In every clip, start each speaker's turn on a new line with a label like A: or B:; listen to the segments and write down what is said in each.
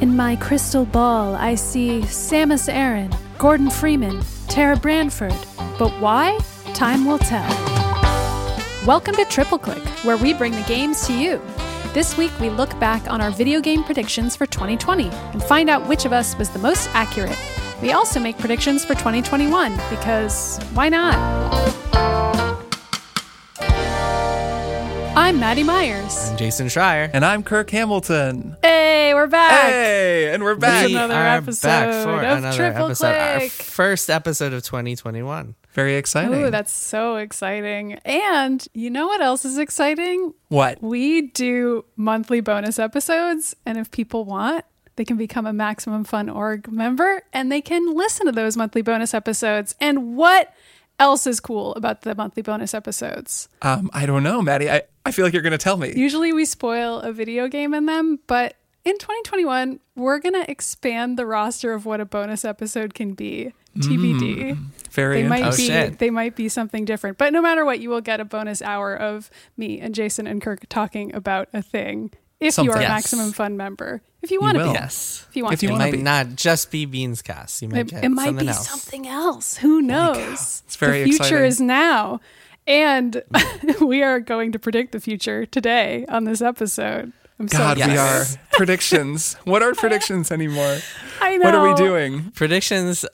A: In my crystal ball, I see Samus Aran, Gordon Freeman, Tara Branford. But why? Time will tell. Welcome to Triple Click, where we bring the games to you. This week, we look back on our video game predictions for 2020 and find out which of us was the most accurate. We also make predictions for 2021 because why not? I'm Maddie Myers.
B: I'm Jason Schreier.
C: And I'm Kirk Hamilton.
A: Hey, we're back.
C: Hey, and we're back.
A: We- another episode of Triple
B: Our
A: Click.
B: first episode of 2021.
C: Very exciting.
A: Ooh, that's so exciting. And you know what else is exciting?
C: what?
A: We do monthly bonus episodes. And if people want, they can become a Maximum Fun Org member and they can listen to those monthly bonus episodes. And what else is cool about the monthly bonus episodes?
C: Um, I don't know, Maddie. I, I feel like you're going to tell me.
A: Usually we spoil a video game in them, but in 2021, we're going to expand the roster of what a bonus episode can be. TBD.
C: Very uh,
A: they might
C: interesting.
B: Oh,
A: be
B: shit.
A: they might be something different but no matter what you will get a bonus hour of me and jason and kirk talking about a thing if you are
C: Something.
A: a
C: Yes.
A: maximum fun member if you want to
C: will.
A: be
B: Yes.
A: if you want
C: If
A: to
B: It
C: you
A: be.
C: wanna
B: might
C: be.
B: not just be Beans Cast. You might
A: it,
B: get
A: it might
B: something
A: be
B: else.
A: something else who knows
C: It's
A: the
C: very
A: future
C: exciting.
A: is now and we are going to predict the future today on this episode i'm
C: God,
A: so
C: we are.
B: Yes.
C: predictions. What are predictions anymore?
A: I know.
C: What are we doing?
B: Predictions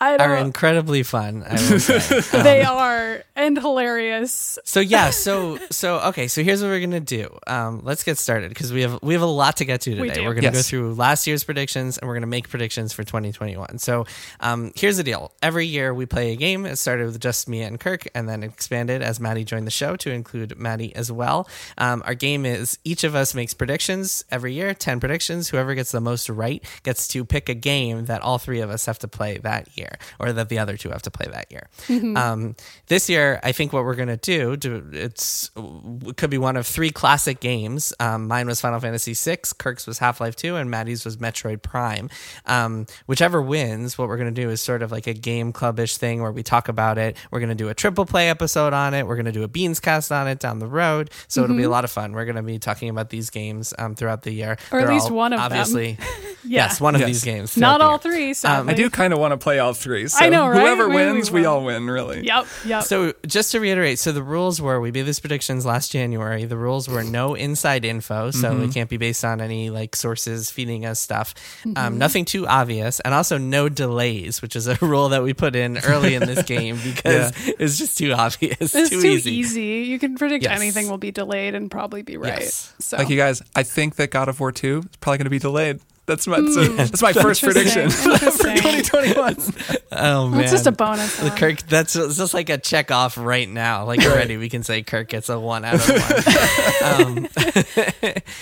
A: I
B: are
A: don't,
B: incredibly fun. I will say.
A: they are and hilarious
B: so yeah, so so okay, so here's what we're gonna do. Um, let's get started because we have we have a lot to get to today.
A: do.
B: are gonna go
C: Yes.
B: through last year's predictions and we're gonna make predictions for 2021. So um, here's the deal: every year we play a game. It started with just me and Kirk, and then expanded as Maddie joined the show to include Maddie as well. Um, our game is each of us makes predictions every year, ten predictions. Whoever gets the most right gets to pick a game that all three of us have to play that year, or that the other two have to play that year. Um, this year, I think what we're gonna do, do it's it could be one of three classic games. Um, mine was Final Fantasy VI, Kirk's was Half Life Two, and Maddie's was Metroid Prime. Um, whichever wins, what we're gonna do is sort of like a game clubish thing where we talk about it. We're gonna do a triple play episode on it. We're gonna do a beans cast on it down the road. So it'll be
A: Mm-hmm.
B: a lot of fun. We're gonna be talking about these games um, throughout the year,
A: Or at least one of them.
B: obviously,
A: Yeah.
B: yes, one of
C: Yes.
B: these games.
A: not
B: throughout the
A: all
B: year.
A: three
C: Um, I
A: sadly.
C: do kind of want to play all three. So
A: I know, right?
C: Whoever
A: We- we
C: wins, we,
A: will.
C: all win, really.
A: yep yep
B: So just to reiterate, so the rules were we made these predictions last January. The rules were no inside info, so
A: Mm-hmm.
B: it can't be based on any like sources feeding us stuff.
A: Mm-hmm.
B: Um, nothing too obvious, and also no delays, which is a rule that we put in early in this game because it's just too obvious,
A: It's
B: too,
A: too,
B: easy.
A: easy. You can predict
B: Yes.
A: anything will be delayed and probably be right.
B: Yes.
A: So
C: Like, you guys, I think that God of War 2 is probably going to be delayed. That's my, so
A: Mm.
C: that's my first prediction
A: Interesting,
C: for
A: interesting.
C: 2021.
B: Oh man,
A: Well, it's just a bonus.
B: The
A: huh?
B: Kirk, that's it's just like a check off right now. Like already, we can say Kirk gets a one out of one. um,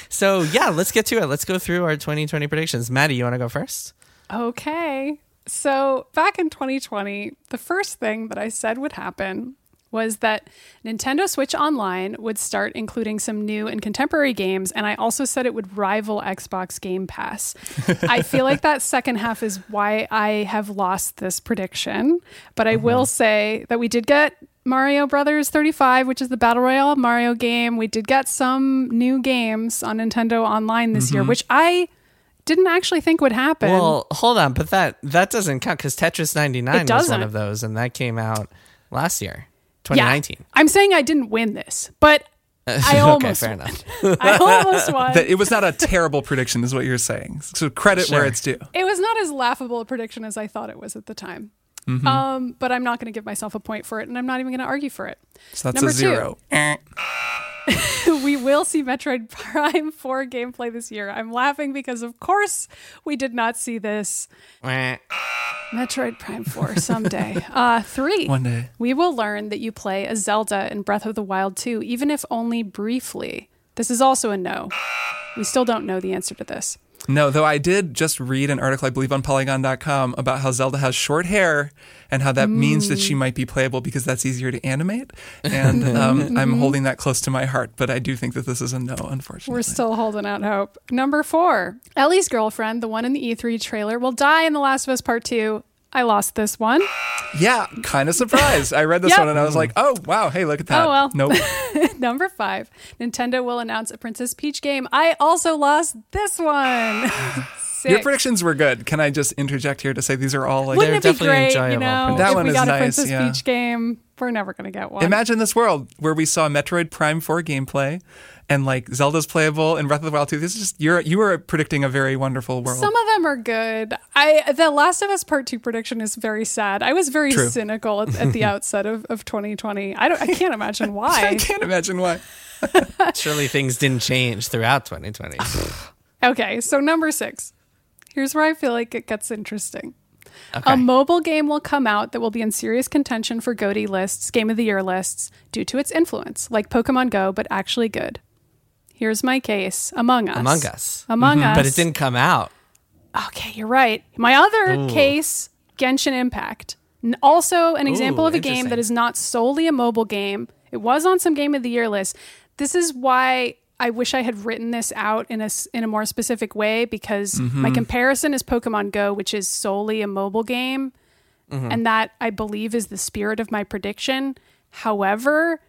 B: so yeah, let's get to it. Let's go through our 2020 predictions. Maddie, you want to go first?
A: Okay. So back in 2020, the first thing that I said would happen was that Nintendo Switch Online would start including some new and contemporary games, and I also said it would rival Xbox Game Pass. I feel like that second half is why I have lost this prediction, but I will say that we did get Mario Brothers 35, which is the Battle Royale Mario game. We did get some new games on Nintendo Online this year, which I didn't actually think would happen.
B: Well, hold on, but that that doesn't count because Tetris 99
A: It
B: was
A: doesn't.
B: one of those, and that came out last year, 2019.
A: Yeah. I'm saying I didn't win this, but I
B: Okay,
A: almost
B: fair
A: won.
B: enough.
A: I almost won.
C: that it was not a terrible prediction, is what you're saying. So credit where
B: Sure.
C: it's due.
A: it was not as laughable a prediction as I thought it was at the time.
C: Mm-hmm.
A: Um, but I'm not going to give myself a point for it, and I'm not even going to argue for it.
C: So that's
A: Number
C: a
A: two.
C: zero. Eh.
A: we will see Metroid Prime 4 gameplay this year. I'm laughing because, of course, we did not see this.
B: Meh.
A: Metroid Prime 4 someday. uh, three.
C: One day.
A: We will learn that you play a Zelda in Breath of the Wild 2, even if only briefly. This is also a no. We still don't know the answer to this.
C: No, though I did just read an article, I believe, on Polygon.com about how Zelda has short hair and how that means that
A: Mm.
C: she might be playable because that's easier to animate. And um, I'm holding that close to my heart, but I do think that this is a no, unfortunately.
A: Mm-hmm. We're still holding out hope. E Number four Ellie's girlfriend, the one in the E3 trailer, will die in The Last of Us Part 2. I lost this one.
C: Yeah, kind of surprised. I read this
A: Yep.
C: one and I was like, oh, wow, hey, look at that.
A: Oh, well.
C: Nope.
A: Number five, Nintendo will announce a Princess Peach game. I also lost this one. Sick.
C: Your predictions were good. Can I just interject here to say these are all like.
A: Wouldn't it be
B: definitely
A: great, you
B: enjoyable
A: know,
B: predictions.
C: That
A: if
C: one
A: we
C: is
A: got a
C: nice,
A: Princess
C: yeah.
A: Peach game? We're never going to get one.
C: Imagine this world where we saw Metroid Prime 4 gameplay and like Zelda's playable and Breath of the Wild 2. This is just, you're, you were predicting a very wonderful world.
A: Some of them are good. I the Last of Us Part Two prediction is very sad. I was very
C: True.
A: cynical at, at the outset of, of 2020. I don't. I can't imagine
C: I
A: why.
C: can't imagine why.
B: Surely things didn't change throughout 2020.
A: Okay, so number six. Here's where I feel like it gets interesting.
B: Okay.
A: A mobile game will come out that will be in serious contention for GOTY lists, Game of the Year lists, due to its influence, like Pokemon Go, but actually good. Here's my case Among Us.
B: Among Us. Mm-hmm.
A: Among Us.
B: But it didn't come out.
A: Okay, you're right. My other case, Genshin Impact. N- Also, an example
B: Ooh,
A: of a game
B: interesting.
A: that is not solely a mobile game. It was on some Game of the Year lists. This is why I wish I had written this out in a, s- in a more specific way because my
B: Mm-hmm.
A: comparison is Pokemon Go, which is solely a mobile game.
B: Mm-hmm.
A: And that I believe is the spirit of my prediction. However,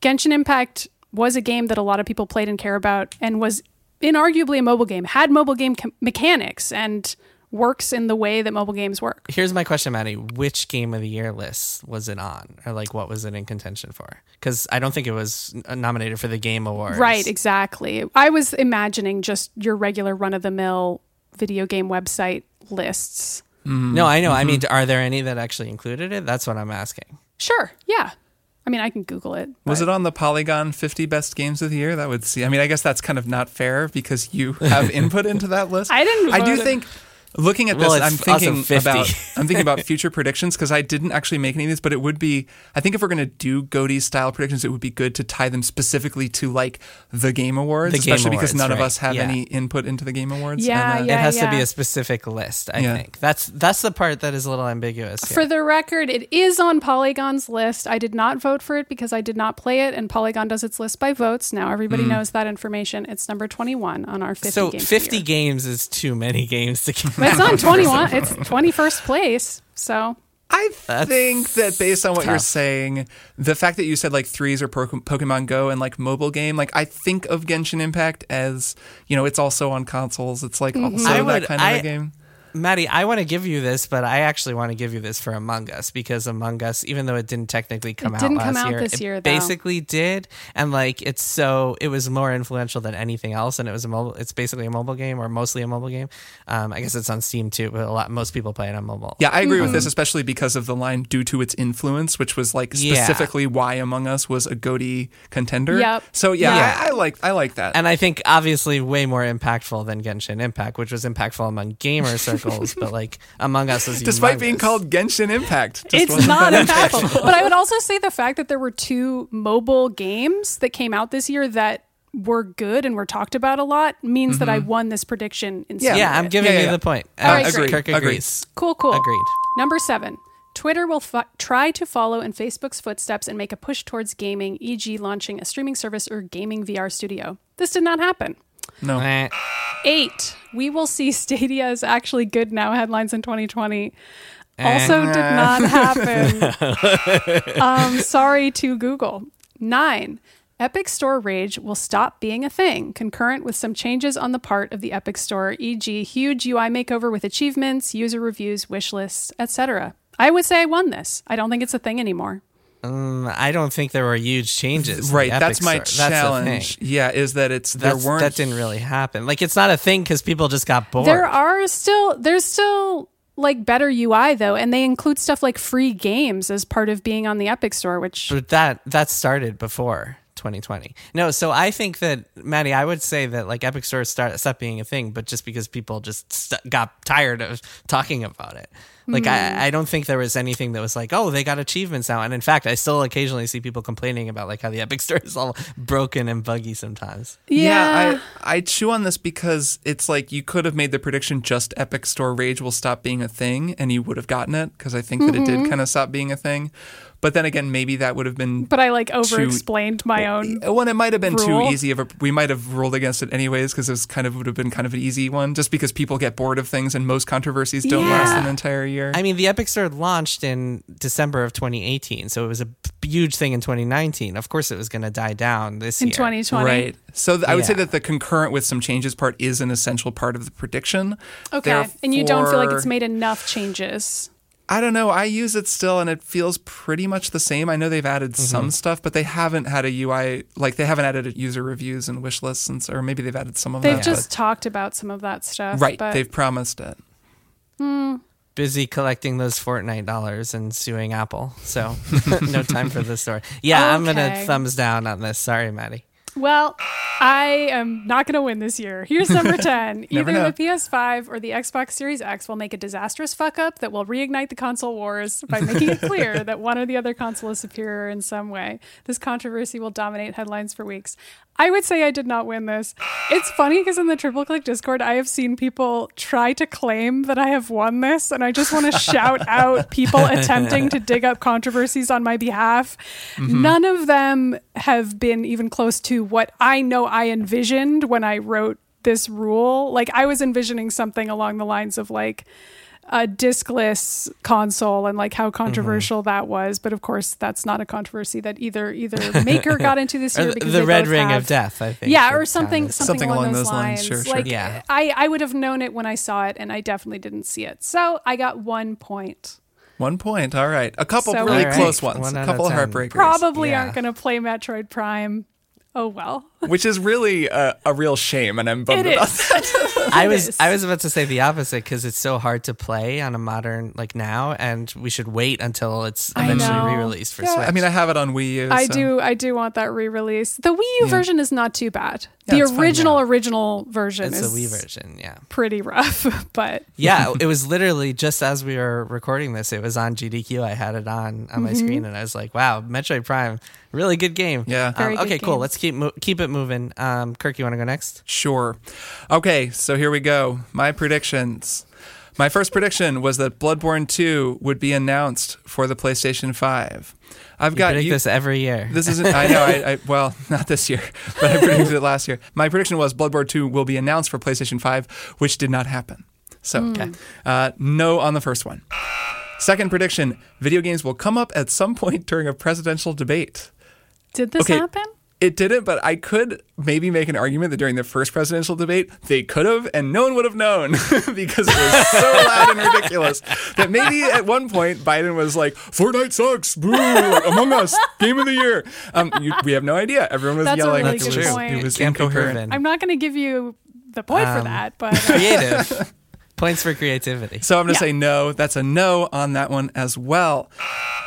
A: Genshin Impact was a game that a lot of people played and care about and was inarguably a mobile game, had mobile game com- mechanics and works in the way that mobile games work.
B: Here's my question, Maddie. Which game of the year list was it on? Or like what was it in contention for? Because I don't think it was n- nominated for the game awards.
A: Right, exactly. I was imagining just your regular run of the mill video game website lists.
B: No, I know. I mean, are there any that actually included it? That's what I'm asking.
A: Sure, yeah. I mean, I can Google it.
C: Was it on the Polygon 50 best games of the year? That would see. I mean, I guess that's kind of not fair because you have input into that list.
A: I didn't
C: I do
A: vote.
C: think looking at
B: Well,
C: this,
B: it's
C: I'm
B: also
C: thinking
B: 50.
C: about I'm thinking about future predictions because I didn't actually make any of these, but it would be I think if we're going to do Goaty style predictions, it would be good to tie them specifically to like the Game Awards,
B: The Game
C: especially because
B: Awards,
C: none of
B: right,
C: us have
B: yeah.
C: any input into the Game Awards.
A: Yeah,
C: and, uh,
B: It
A: yeah.
B: has to be a specific list, I
C: Yeah.
B: think. That's that's the part that is a little ambiguous. Here.
A: For the record, it is on Polygon's list. I did not vote for it because I did not play it, and Polygon does its list by votes. Now everybody knows that information. It's number 21 on our 50
B: so
A: games of the
B: 50
A: year.
B: games is too many games to keep.
A: But it's on 21. It's 21st place. So
C: I
B: That's
C: think that based on what you're
B: tough.
C: saying, the fact that you said like threes or Poke- Pokemon Go and like mobile game, like I think of Genshin Impact as you know it's also on consoles. It's like
A: Mm-hmm.
C: also
B: I
C: that
B: would-
C: kind of
B: I-
C: a game.
B: Maddie, I want to give you this, but I actually want to give you this for Among Us because Among Us, even though it didn't technically come
A: It
B: out
A: didn't
B: last
A: come out
B: year,
A: this
B: it
A: year, though.
B: basically did, and like it's so it was more influential than anything else, and it was a mobile. It's basically a mobile game or mostly a mobile game. Um, I guess it's on Steam too, but a lot most people play it on mobile.
C: Yeah, I agree with
A: Mm-hmm.
C: this, especially because of the line due to its influence, which was like
B: Yeah.
C: specifically why Among Us was a Goaty contender.
A: Yep.
C: So yeah,
B: Yeah.
C: I, I like I like that.
B: And I think obviously way more impactful than Genshin Impact, which was impactful among gamer circles, but like Among Us is
C: Despite being
B: humongous.
C: called Genshin Impact, just
A: it's
C: wasn't
A: not
C: that-
A: impactful. but I would also say the fact that there were two mobile games that came out this year that were good and were talked about a lot means that I won this prediction in some
B: Mm-hmm. Yeah,
A: way.
B: I'm giving
C: Yeah,
B: you
C: yeah.
B: the point.
A: All right,
B: Kirk
A: great.
B: Kirk
C: Agreed.
B: agrees.
A: Cool, cool.
B: Agreed.
A: Number seven. Twitter will fo- try to follow in Facebook's footsteps and make a push towards gaming, e.g., launching a streaming service or gaming VR studio. This did not happen.
C: No.
B: Eh.
A: Eight, we will see Stadia is actually good now headlines in 2020. Also, did not happen. um, sorry to Google. Nine, Epic Store Rage will stop being a thing, concurrent with some changes on the part of the Epic Store, e.g., huge UI makeover with achievements, user reviews, wish lists, etc. I would say I won this. I don't think it's a thing anymore.
B: I don't think there were huge changes. in the
C: Right,
B: Epic
C: that's my
B: Store. That's the
C: challenge.
B: thing.
C: yeah, is that it's there
B: That's-
C: weren't
B: that didn't really happen. Like it's not a thing because people just got bored.
A: There are still there's still like better UI though, and they include stuff like free games as part of being on the Epic Store, which
B: but that that started before 2020. No, so I think that Maddie, I would say that like Epic Store start stopped being a thing, but just because people just st- got tired of talking about it. Like I, I don't think there was anything that was like, oh, they got achievements now. And in fact, I still occasionally see people complaining about like how the Epic Store is all broken and buggy sometimes.
A: yeah,
C: I, I chew on this because it's like you could have made the prediction just Epic
A: Mm-hmm.
C: Store Rage will stop being a thing and you would have gotten it because I think that it did kind of stop being a thing. But then again, maybe that would have been Uh,
A: But I like over explained my own.
C: Well, and it might have been
A: Rule.
C: too easy of a. We might have ruled against it anyways because it was kind of would have been kind of an easy one, just because people get bored of things and most controversies don't
A: Yeah.
C: last an entire year.
B: I mean, the Epic Store launched in December of 2018, so it was a b- huge thing in 2019. Of course, it was going to die down this
A: In
B: year.
A: 2020.
C: Right. So th- I would say
B: Yeah.
C: that the concurrent with some changes part is an essential part of the prediction.
A: Okay. And you don't feel like
C: Therefore-
A: it's made enough changes.
C: I don't know. I use it still, and it feels pretty much the same. I know they've added
B: Mm-hmm.
C: some stuff, but they haven't had a UI like they haven't added user reviews and wish lists, and, s- or maybe they've added some of
A: They've
C: that.
A: just talked about some of that stuff.
C: but, right.
A: But
C: They've promised it.
B: Busy collecting those Fortnite dollars and suing Apple, so no time for this story. Yeah, I'm going to
A: Okay.
B: thumbs down on this. Sorry, Maddie.
A: Well, I am not going to win this year. Here's number 10.
C: Never
A: Either
C: know.
A: the PS5 or the Xbox Series X will make a disastrous fuck up that will reignite the console wars by making it clear that one or the other console is superior in some way. This controversy will dominate headlines for weeks. I would say I did not win this. It's funny because in the Triple Click Discord, I have seen people try to claim that I have won this, and I just want to shout out people attempting to dig up controversies on my behalf. None of them have been even close to what I know I envisioned when I wrote this rule. Like, I was envisioning something along the lines of like, a discless console and like
B: Mm-hmm.
A: how controversial that was, but of course that's not a controversy that either either maker got into this
B: Or
A: year
B: the
A: because
B: Uh, the
A: they
B: red
A: both
B: ring
A: have-
B: of death, I think.
A: yeah,
B: would
A: or
B: count
A: something,
B: as-
A: something, along, those lines.
C: Sure, sure.
A: Like
B: Yeah.
A: I, I would have known it when I saw it, and I definitely didn't see it. So I got one point.
C: One point. All right. A couple
A: So
C: really
A: All right.
C: close ones.
B: One out
C: a
B: of
C: couple
B: 10.
C: heartbreakers.
A: Probably
B: Yeah.
A: aren't going to play Metroid Prime. Oh well,
C: which is really a, a real shame, and I'm bummed
A: it
C: about
A: is.
B: I was
A: is.
B: I was about to say the opposite because it's so hard to play on a modern like now, and we should wait until it's
A: I
B: eventually
A: know.
B: re-released for
C: Yeah,
B: Switch.
C: I mean, I have it on Wii U.
A: I
C: so-
A: do, I do want that re-release. The Wii U version is not too bad.
C: Yeah, it's
A: the
C: fine,
A: original original version
B: it's the
A: is
B: Wii version, yeah.
A: pretty rough, but
B: Yeah, it was literally just as we were recording this. It was on GDQ. I had it on on my screen, and I was like, "Wow, Metroid Prime, really good game."
C: Yeah.
B: Um,
A: Very good
B: okay. Cool.
A: game.
B: Let's keep mo- keep it moving. Um, Kirk, you want to go next?
C: Sure. Okay, so here we go. My predictions. My first prediction was that Bloodborne 2 would be announced for the PlayStation 5. I've
B: I
C: got
B: predict
C: you-
B: this every year.
C: This isn't. I know. I, I well, not this year, but I predicted it last year. My prediction was Bloodborne 2 will be announced for PlayStation 5, which did not happen. So, uh, no on the first one. Second prediction: video games will come up at some point during a presidential debate.
A: did this
C: Okay.
A: happen?
C: It didn't, but I could maybe make an argument that during the first presidential debate, they could have, and no one would have known because it was so loud and ridiculous that maybe at one point Biden was like, Fortnite sucks, boo, Among Us, game of the year. Um, you, we have no idea. Everyone was
A: That's a
C: yelling.
A: really
C: it,
A: good
C: was,
A: point.
C: it was
B: Can't be
C: incoherent.
B: proven.
A: I'm not going to give you the point
C: Um,
A: for that, but uh,
B: creative. Points for creativity.
C: So I'm going to
A: Yeah.
C: say no. That's a no on that one as well.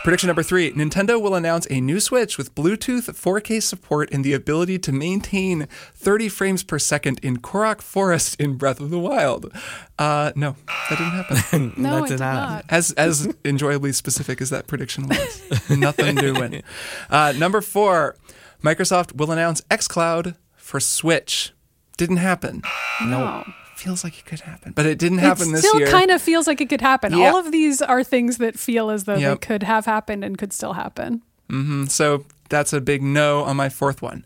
C: Prediction number three Nintendo will announce a new Switch with Bluetooth 4K support and the ability to maintain 30 frames per second in Korok Forest in Breath of the Wild. Uh, no, that didn't happen.
A: no,
B: That's
A: I did
B: an honor.
A: not.
C: As, as enjoyably specific as that prediction was, nothing doing. Uh, number four, Microsoft will announce xCloud for Switch. Didn't happen.
A: No.
C: Feels like it could happen, but it didn't happen
A: Oh. it
C: this
A: still
C: year.
A: kind of feels like it could happen.
C: Yeah.
A: All of these are things that feel as though
C: Yep.
A: they could have happened and could still happen.
C: Mm, So that's a big no on my fourth one.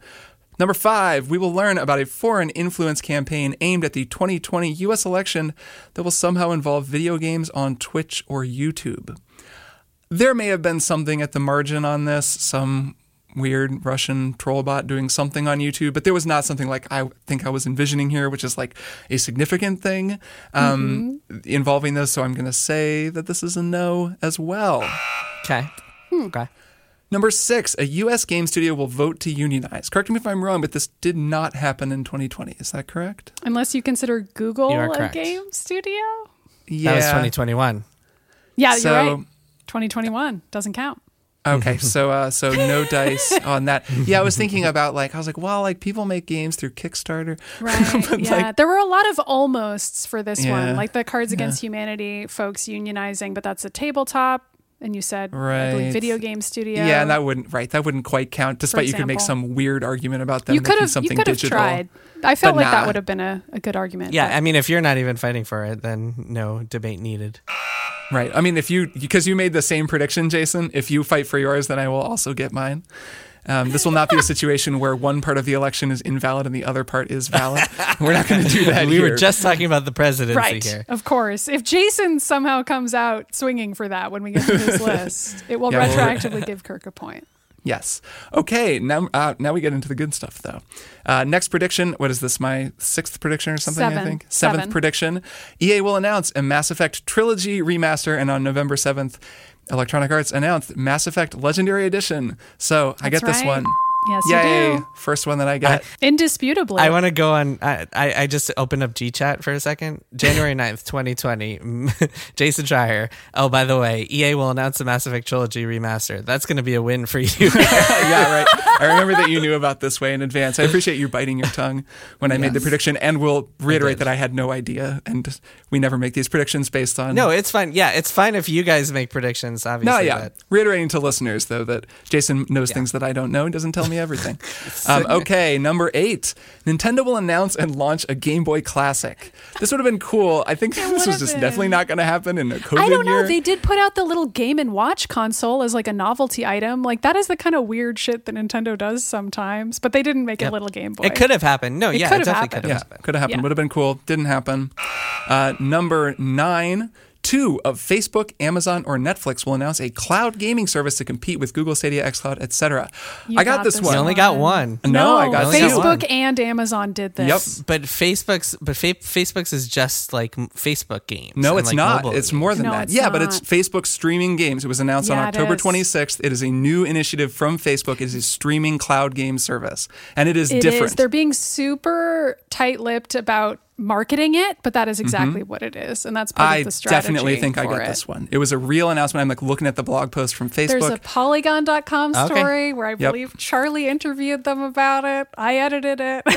C: Number five, we will learn about a foreign influence campaign aimed at the 2020 US election that will somehow involve video games on Twitch or YouTube. There may have been something at the margin on this, some weird Russian troll bot doing something on YouTube, but there was not something like I think I was envisioning here, which is like a significant thing um, involving this. So I'm going to say that this is a no as well.
B: Okay.
A: Hmm.
B: Okay.
C: Number six, a U.S. game studio will vote to unionize. Correct me if I'm wrong, but this did not happen in 2020. Is that correct?
A: Unless you consider Google
B: You are
A: a
B: correct.
A: game studio.
C: Yeah.
B: That was 2021.
A: Yeah,
C: So-
A: you're right. 2021 doesn't count.
C: Okay, so uh, so no dice on that. Yeah, I was thinking about like I was like, well, like people make games through Kickstarter.
A: Right.
C: But,
A: yeah.
C: like-
A: there were a lot of almosts for this
C: Yeah.
A: one, like the Cards Against Humanity folks unionizing, but that's a tabletop. And you said I
C: Right.
A: believe, video game studio.
C: Yeah. and that wouldn't right. That wouldn't quite count. Despite you could make
A: example.
C: some weird argument about them
A: you could
C: making
A: have you
C: something
A: could have
C: digital.
A: tried. I felt
C: but
A: like that
C: nah.
A: would have been a, a good argument.
B: Yeah.
A: but-
B: I mean, if you're not even fighting for it, then no debate needed.
C: Right. I mean, if you because you made the same prediction, Jason. If you fight for yours, then I will also get mine. Um, this will not be a situation where one part of the election is invalid and the other part is valid. We're not going to do that.
B: we
C: here.
B: were just talking about the presidency
A: Right.
B: here.
A: Of course. If Jason somehow comes out swinging for that when we get to his list, it will
C: Yeah, well, we're-
A: retroactively give Kirk a point.
C: Yes. Okay. Now, uh, now we get into the good stuff, though. Uh, next prediction. What is this? My sixth prediction or something? I
A: Seven.
C: think seventh
A: Seven.
C: prediction. EA will announce a Mass Effect trilogy remaster, and on November seventh, Electronic Arts announced Mass Effect Legendary Edition. So I
A: That's
C: get this
A: right.
C: one.
A: Yes,
C: Yay!
A: you do.
C: First one that I got.
A: Indisputably.
B: I want to go on. I, I, I just opened up GChat for a second. January 9th, 2020. Jason Schreier. Oh, by the way, EA will announce the Mass Effect Trilogy remaster. That's going to be a win for you.
C: yeah, right. I remember that you knew about this way in advance. I appreciate you biting your tongue when I made the prediction, and we'll reiterate that I had no idea, and we never make these predictions based on
B: no, it's fine. Yeah, it's fine if you guys make predictions, obviously.
C: No, yeah.
B: but-
C: Reiterating to listeners, though, that Jason knows things that I don't know and doesn't tell me everything. um, okay, number eight Nintendo will announce and launch a Game Boy Classic. This would have been cool. I think this was
A: would've
C: just
A: been.
C: definitely not going to happen in a COVID
A: I don't know.
C: year.
A: They did put out the little Game and Watch console as like a novelty item. Like that is the kind of weird shit that Nintendo does sometimes. But they didn't make a little Game Boy.
B: It could have happened. No,
A: It
B: yeah,
A: could
B: it
A: have
B: definitely could have
A: happened.
C: yeah,
B: happened.
C: could have happened.
A: Yeah.
C: Would have been cool. Didn't happen. Uh, number nine. Two of Facebook, Amazon, or Netflix will announce a cloud gaming service to compete with Google Stadia, xCloud, etc.
A: You
C: I got, this one.
B: You only got one.
C: No, I got
B: this one.
A: Facebook and Amazon did this.
B: But Facebook's but fa- Facebook's is just like m- Facebook games.
C: No,
B: and,
C: it's
B: like,
C: not.
B: mobile
C: It's
B: games.
C: more than
A: No,
C: that.
A: it's
C: yeah, but it's
A: not.
C: Facebook streaming games. It was announced on
A: Yeah, it
C: October
A: is.
C: 26th. It is a new initiative from Facebook. It is a streaming cloud game service, and it is
A: It
C: different.
A: is. They're being super tight-lipped about marketing it, but that is exactly what it is, and that's part
C: Mm-hmm. I
A: of the strategy.
C: definitely think I
A: for
C: got
A: it.
C: this one. It was a real announcement. I'm like looking at the blog post from
A: There's
C: Facebook.
A: a Polygon.com
B: Okay.
A: story where I believe Charlie interviewed them about it. I edited it.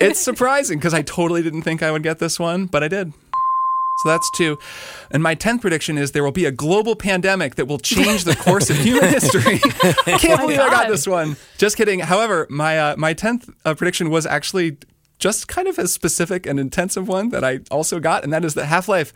C: it's surprising because I totally didn't think I would get this one, but I did. So that's two. And my 10th prediction is there will be a global pandemic that will change the course of human history. Can't believe I got
A: Oh God.
C: this one. Just kidding. However, my, uh, my 10th uh, prediction was actually just kind of a specific and intensive one that I also got, and that is that Half Life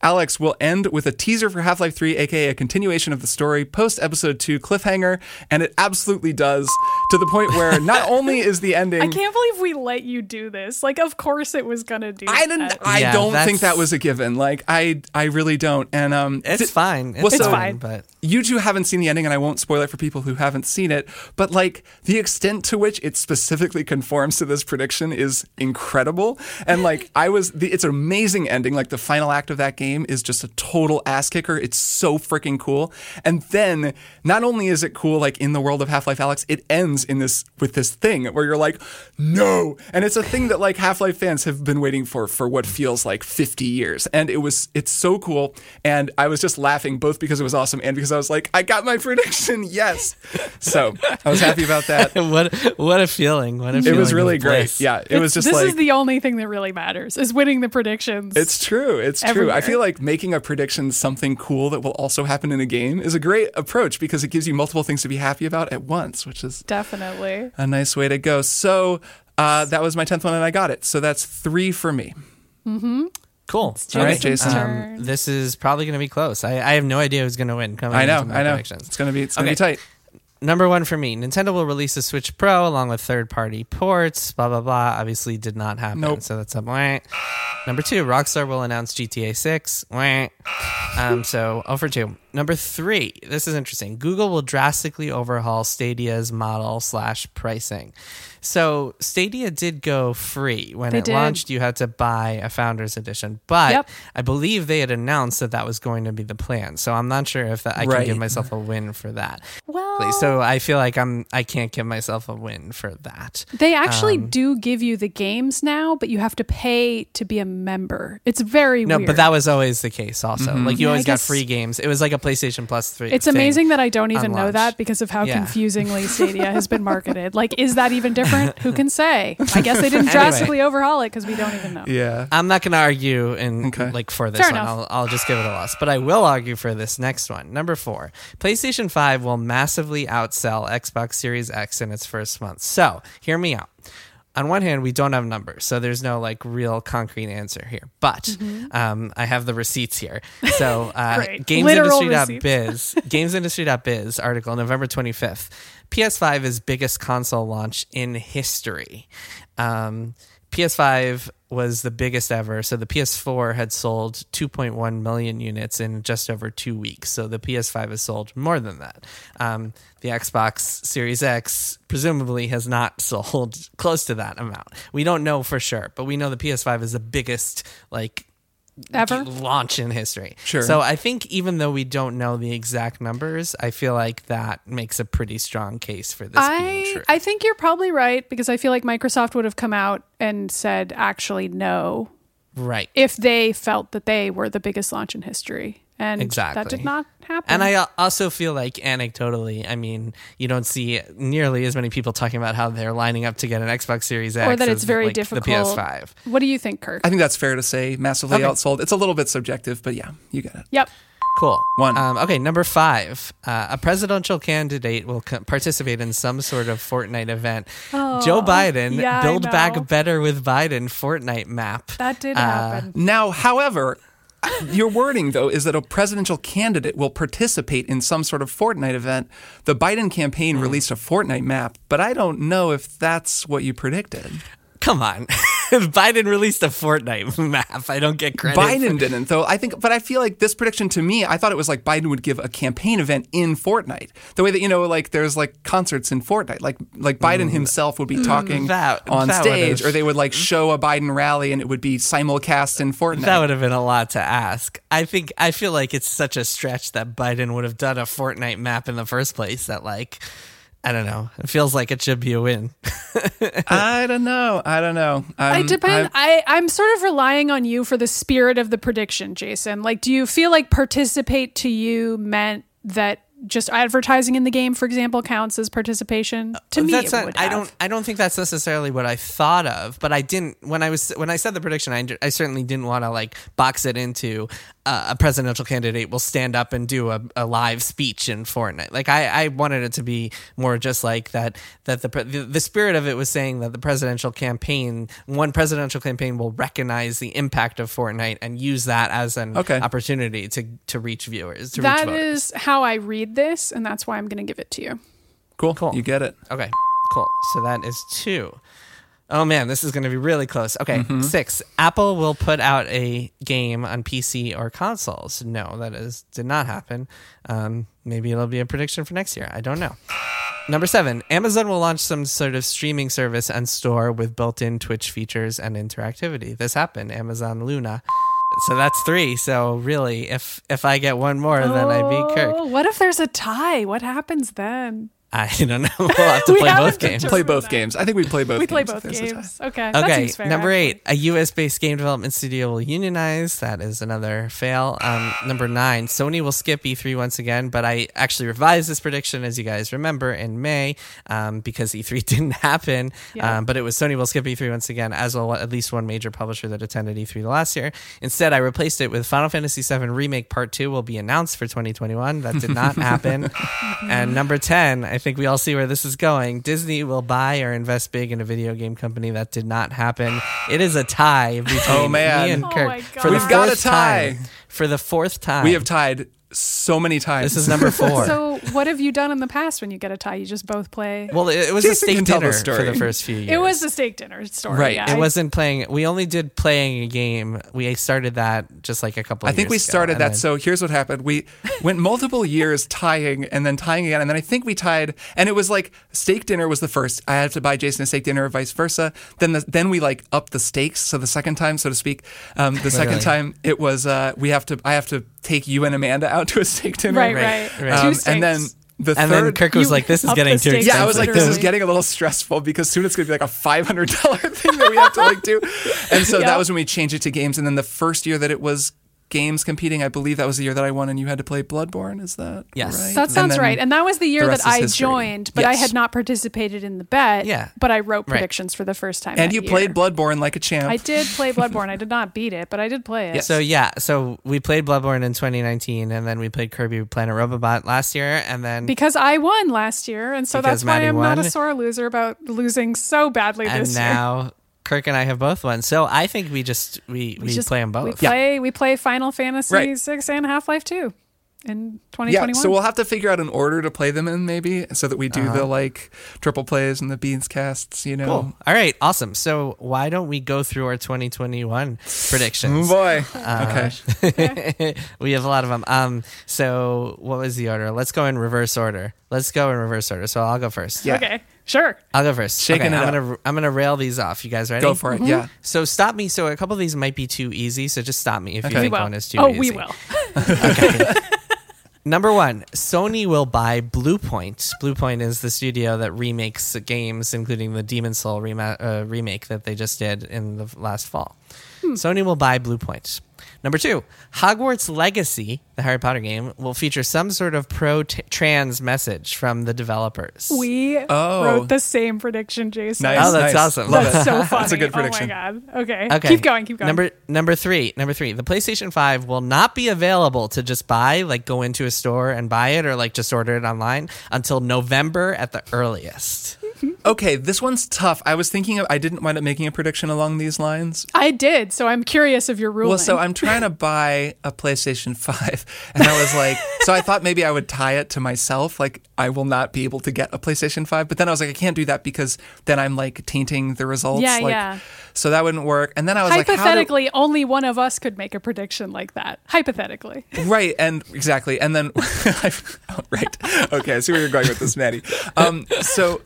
C: Alex will end with a teaser for Half Life 3, aka a continuation of the story post episode 2 cliffhanger, and it absolutely does to the point where not only is the ending.
A: I can't believe we let you do this. Like, of course it was gonna do.
C: I didn't.
A: that.
C: I
B: Yeah,
C: don't
B: that's-
C: think that was a given. Like I, I really don't. And um,
B: It's
C: th-
B: fine. It's,
C: Well, so-
B: fine, but
C: You two haven't seen the ending, and I won't spoil it for people who haven't seen it. But like the extent to which it specifically conforms to this prediction is incredible. And like I was, the, it's an amazing ending. Like the final act of that game is just a total ass kicker. It's so freaking cool. And then not only is it cool, like in the world of Half Life Alex, it ends in this with this thing where you're like, no, and it's a thing that like Half Life fans have been waiting for for what feels like 50 years, and it was it's so cool, and I was just laughing both because it was awesome and because I was like, I got my prediction, yes. So I was happy about that.
B: what what a feeling. What a
C: It
B: feeling.
C: was really
B: of
C: great.
B: bliss.
C: Yeah, it
A: It's-
C: was just
A: this
C: like
A: is the only thing that really matters is winning the predictions.
C: It's true. It's true. I
A: Everywhere.
C: feel like making a prediction something cool that will also happen in a game is a great approach because it gives you multiple things to be happy about at once, which is
A: definitely.
C: a nice way to go. So uh, that was my 10th one and I got it. So that's three for me.
B: Cool.
C: All right,
A: Jason's
C: Jason.
A: turn.
B: Um, This is probably going to be close. I, I have no idea who's going to win. coming
C: I know.
B: into my
C: I know.
B: predictions.
C: It's going to be, it's going to
B: Okay.
C: be tight.
B: number one for me, Nintendo will release a Switch Pro along with third party ports, blah, blah, blah. Obviously, did not happen.
C: Nope.
B: So that's a wah. Number two, Rockstar will announce GTA 6. Wah. Um, so 0 for 2. Number three, this is interesting. Google will drastically overhaul Stadia's model slash pricing. So Stadia did go free when
A: They
B: it
A: did.
B: launched. You had to buy a Founders Edition, but
A: Yep.
B: I believe they had announced that that was going to be the plan. So I'm not sure if that, I
C: Right.
B: can give myself a win for that.
A: Well,
B: So I feel like I'm I can't give myself a win for that.
A: they actually
B: Um,
A: do give you the games now, but you have to pay to be a member. It's very
B: No,
A: weird. Mm-hmm.
B: but that was always the case. Also, like
A: Yeah,
B: you
A: I
B: always got
A: guess-
B: free games. It was like a PlayStation Plus three.
A: it's
B: thing.
A: amazing that I don't even
B: on
A: know
B: launch.
A: that because of how
B: Yeah.
A: confusingly Stadia has been marketed. Like, is that even different? Who can say? I guess they didn't drastically overhaul it because we don't even know.
C: Yeah.
B: I'm not going to argue in
C: Okay.
B: like for this
A: Fair
B: one.
A: enough.
B: I'll, I'll just give it a loss. But I will argue for this next one. Number four, PlayStation Five will massively outsell Xbox Series X in its first month. So hear me out. on one hand, we don't have numbers, so there's no like real concrete answer here. But
A: Mm-hmm.
B: um, I have the receipts here. So uh,
A: Great. Literal
B: gamesindustry.biz, gamesindustry.biz article, November 25th. PS5 is biggest console launch in history. Um, PS5 was the biggest ever. So the PS4 had sold 2.1 million units in just over two weeks. So the PS5 has sold more than that. Um, the Xbox Series X presumably has not sold close to that amount. We don't know for sure, but we know the PS5 is the biggest like
A: Ever?
B: launch in history.
C: Sure.
B: So I think even though we don't know the exact numbers, I feel like that makes a pretty strong case for this being
A: I
B: true.
A: I think you're probably right because I feel like Microsoft would have come out and said actually no
B: right.
A: if they felt that they were the biggest launch in history. And that
B: Exactly.
A: did not happen.
B: And I al- also feel like anecdotally, I mean, you don't see nearly as many people talking about how they're lining up to get an Xbox Series X
A: or that
B: as,
A: it's very
B: like,
A: difficult.
B: The PS5.
A: What do you think, Kirk?
C: I think that's fair to say. Massively
B: Okay.
C: outsold. It's a little bit subjective, but yeah, you get it.
A: yep.
B: Cool.
C: One.
B: Um, okay, number five. Uh, a presidential candidate will co- participate in some sort of Fortnite event. Joe Biden,
A: Oh, yeah, I
B: Build
A: know.
B: Back Better with Biden Fortnite map.
A: That did
B: Uh,
A: happen.
C: Now, however, your wording though is that a presidential candidate will participate in some sort of Fortnite event. The Biden campaign
B: Mm.
C: released a Fortnite map, but I don't know if that's what you predicted.
B: Come on. Biden released a Fortnite map. I don't get credit.
C: Biden didn't though. I think, but I feel like this prediction to me, I thought it was like Biden would give a campaign event in Fortnite. The way that you know, like there's like concerts in Fortnite, like like Biden himself would be talking
B: Mm. That-
C: on
B: that
C: stage,
B: would've-
C: or they would like show a Biden rally and it would be simulcast in Fortnite.
B: That would have been a lot to ask. I think I feel like it's such a stretch that Biden would have done a Fortnite map in the first place that like I don't know. It feels like it should be a win.
C: I don't know. I don't know. Um, i
A: I depend. I, I'm sort of relying on you for the spirit of the prediction, Jason. Like, do you feel like participate to you meant that just advertising in the game, for example, counts as participation? To me,
B: Uh, that's
A: it
B: not-
A: would
B: I
A: have.
B: don't I don't think that's necessarily what I thought of, but I didn't when I was when I said the prediction I, I certainly didn't want to like box it into uh, a presidential candidate will stand up and do a, a live speech in Fortnite. Like I, I wanted it to be more just like that that the, pre- the the spirit of it was saying that the presidential campaign one presidential campaign will recognize the impact of Fortnite and use that as an
C: Okay.
B: opportunity to to reach viewers to reach
A: That is
B: voters.
A: how I read this, and that's why I'm going to give it to you.
C: cool. Cool. You get it.
B: Okay, cool. So that is two. Oh man, this is going to be really close. Okay,
A: Mm-hmm.
B: six. Apple will put out a game on PC or consoles. No, that is did not happen. Um, maybe it'll be a prediction for next year. I don't know. Number seven, Amazon will launch some sort of streaming service and store with built-in Twitch features and interactivity. This happened, Amazon Luna. So that's three. So really, if if I get one more, then I beat Kirk.
A: Oh, What if there's a tie? What happens then?
B: I don't know. We'll have to
A: We
B: play both
A: haven't
B: games.
C: Play
A: Remember
C: both
A: that.
C: games. I think we play both.
A: We play
C: games if
A: both
C: there's a tie.
A: games. Okay, that
B: Okay,
A: seems fair.
B: number eight, a US based game development studio will unionize. That is another fail. Um, number nine, Sony will skip E3 once again, but I actually revised this prediction, as you guys remember, in May um, because E3 didn't happen.
A: Yeah.
B: Um, but it was Sony will skip E3 once again, as will at least one major publisher that attended E3 last year. Instead, I replaced it with Final Fantasy VII Remake Part 2 will be announced for 2021. That did not happen. and number 10, I think we all see where this is going. Disney will buy or invest big in a video game company. That did not happen. It is a tie between
C: Oh, man.
B: me and
A: Oh,
B: Kirk.
A: my
B: for the
A: We've got a
B: fourth
C: tie.
B: time. For the fourth time.
C: We have tied so many times.
B: this is number four.
A: So, what have you done in the past when you get a tie? You just both play.
B: well, it, it was
C: Jason
B: a
C: can
B: steak
C: tell the
B: dinner
C: story.
B: for the first few years.
A: it was a steak dinner story.
C: Right.
A: yeah.
B: It
A: I-
B: wasn't playing. We only did playing a game. We started that just like a couple.
C: I
B: of
C: think we
B: years ago,
C: started
B: and
C: that.
B: then-
C: So here's what happened. We went multiple years tying and then tying again. And then I think we tied. And it was like steak dinner was the first. I had to buy Jason a steak dinner or vice versa. Then the, then we like upped the stakes. So the second time, so to speak, um, the second
B: Literally.
C: time it was uh, we have to I have to take you and Amanda out to a steak dinner.
A: Right, right.
B: right.
A: Two
C: Um,
A: steaks.
C: and then the
B: and then
C: third.
B: Kirk was
A: You
B: like, "This is
A: upped
B: getting
A: the
B: too
A: stakes
B: expensive."
C: yeah, I was like, this is
A: Literally.
C: getting a little stressful because soon it's going to be like a five hundred dollar thing that we have to like do, and so
A: Yep.
C: that was when we changed it to games. And then the first year that it was games competing. I believe that was the year that I won, and you had to play Bloodborne. Is that
B: Yes.
C: right?
A: That
C: And
A: sounds
C: then-
A: right. And that was the year
C: the
A: that
C: rest is
A: I
C: history.
A: joined, but I
C: Yes.
A: had not participated in the bet.
B: Yeah.
A: But I wrote
B: Right.
A: predictions for the first time.
C: And
A: that
C: you
A: year.
C: played Bloodborne like a champ.
A: I did play Bloodborne. I did not beat it, but I did play it.
B: So yeah, so we played Bloodborne in 2019, and then we played Kirby Planet Robobot last year, and then
A: Because I won last year, and so
B: Because
A: that's why
B: Maddie
A: I'm not a
B: won.
A: sore loser about losing so badly
B: and
A: this year.
B: now Kirk and I have both won. So I think we just we we,
A: just-
B: play them
A: We
B: both.
A: play we play Final Fantasy
C: Right.
A: VI and Half Life Two in 2021.
C: Yeah, so we'll have to figure out an order to play them in, maybe, so that we do the like triple plays and the beans casts. You know,
B: Uh-huh. Cool. All right. Awesome. So why don't we go through our 2021
C: Oh,
B: predictions?
C: boy.
B: Uh,
C: okay.
B: oh, we have a lot of them. Um. So what was the order? Let's go in reverse order. Let's go in reverse order. So I'll go first.
C: Yeah.
A: okay, sure.
B: I'll go first.
C: Shaking
B: okay,
C: it
B: I'm
C: up.
B: gonna I'm gonna rail these off. You guys ready?
C: Go
A: Mm-hmm.
C: for it. Yeah.
B: So stop me. So a couple of these might be too easy. So just stop me if you
C: Okay.
A: We
B: think
A: will.
B: one is too
A: oh,
B: easy.
A: we will.
B: Number one, Sony will buy Bluepoint. Bluepoint is the studio that remakes games, including the Demon Soul rema- uh, remake that they just did in the last fall.
A: Hmm.
B: Sony will buy Bluepoint. Number two, Hogwarts Legacy, the Harry Potter game, will feature some sort of pro t- trans message from the developers.
A: We
C: Oh.
A: wrote the same prediction, Jason.
C: Nice.
B: Oh, that's
C: nice.
B: awesome.
C: Love
A: That's
C: it.
A: so funny.
C: That's a good prediction.
A: Oh my god. Okay.
B: Okay.
A: Keep going. Keep going.
B: Number number three. Number three. The PlayStation Five will not be available to just buy, like go into a store and buy it, or like just order it online until November at the earliest.
C: Okay, this one's tough. I was thinking of, I didn't wind up making a prediction along these lines.
A: I did. So I'm curious of your ruling.
C: Well, so I'm trying to buy a PlayStation 5. And I was like, so I thought maybe I would tie it to myself. Like, I will not be able to get a PlayStation 5. But then I was like, I can't do that because then I'm like tainting the results.
A: Yeah,
C: like,
A: yeah.
C: So that wouldn't work. And then I was like, how do-
A: hypothetically, only one of us could make a prediction like that. Hypothetically.
C: right and exactly and then right okay i see where you're going with this maddie um, so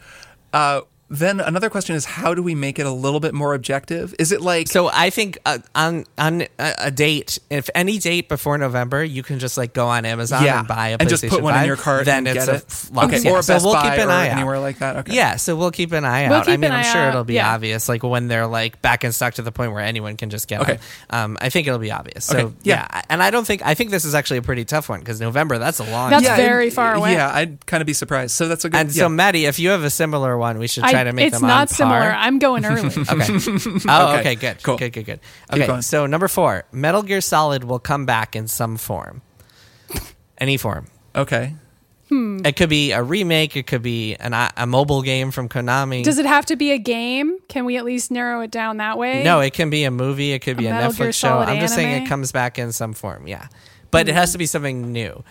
C: uh, then another question is how do we make it a little bit more objective is it like
B: So I think uh, on on a, a date, if any date before November, you can just like go on Amazon
C: yeah
B: and buy a
C: and just
B: PlayStation
C: put one
B: 5,
C: in your cart
B: Then
C: and
B: it's
C: get
B: a
C: it
B: flop.
C: okay
B: Yeah.
C: or a
B: so
C: best
B: we'll
C: buy
B: keep an
C: or
B: eye out.
C: anywhere like that okay
B: Yeah, so we'll keep an eye
A: We'll
B: out. I
A: keep
B: mean,
A: an
B: I'm
A: eye
B: sure
A: out,
B: it'll be
A: yeah.
B: obvious, like when they're like back in stock to the point where anyone can just get
C: Okay.
B: them. Um, I think it'll be obvious. So
C: Okay, yeah.
B: yeah. and I don't think I think this is actually a pretty tough one because November that's a long.
A: That's
B: time.
C: Yeah,
A: very
C: and-
A: far away.
C: yeah i'd kind of be surprised so that's a good
B: And
C: yeah.
B: so, Maddie, if you have a similar one, we should try
A: I-
B: to make
A: it's
B: them on
A: not
B: par.
A: similar. I'm going early.
B: Okay. Oh, okay.
C: Okay,
B: Good.
C: cool.
B: Good. Good. Good.
C: Keep
B: Okay.
C: going.
B: So number four, Metal Gear Solid will come back in some form, any form.
C: okay
B: It could be a remake. It could be an, a mobile game from Konami.
A: Does it have to be a game? Can we at least narrow it down that way?
B: no, it can be a movie. It could be a,
A: Metal Gear
B: Netflix show.
A: Solid
B: I'm just saying
A: anime?
B: it comes back in some form. Yeah, but it has to be something new.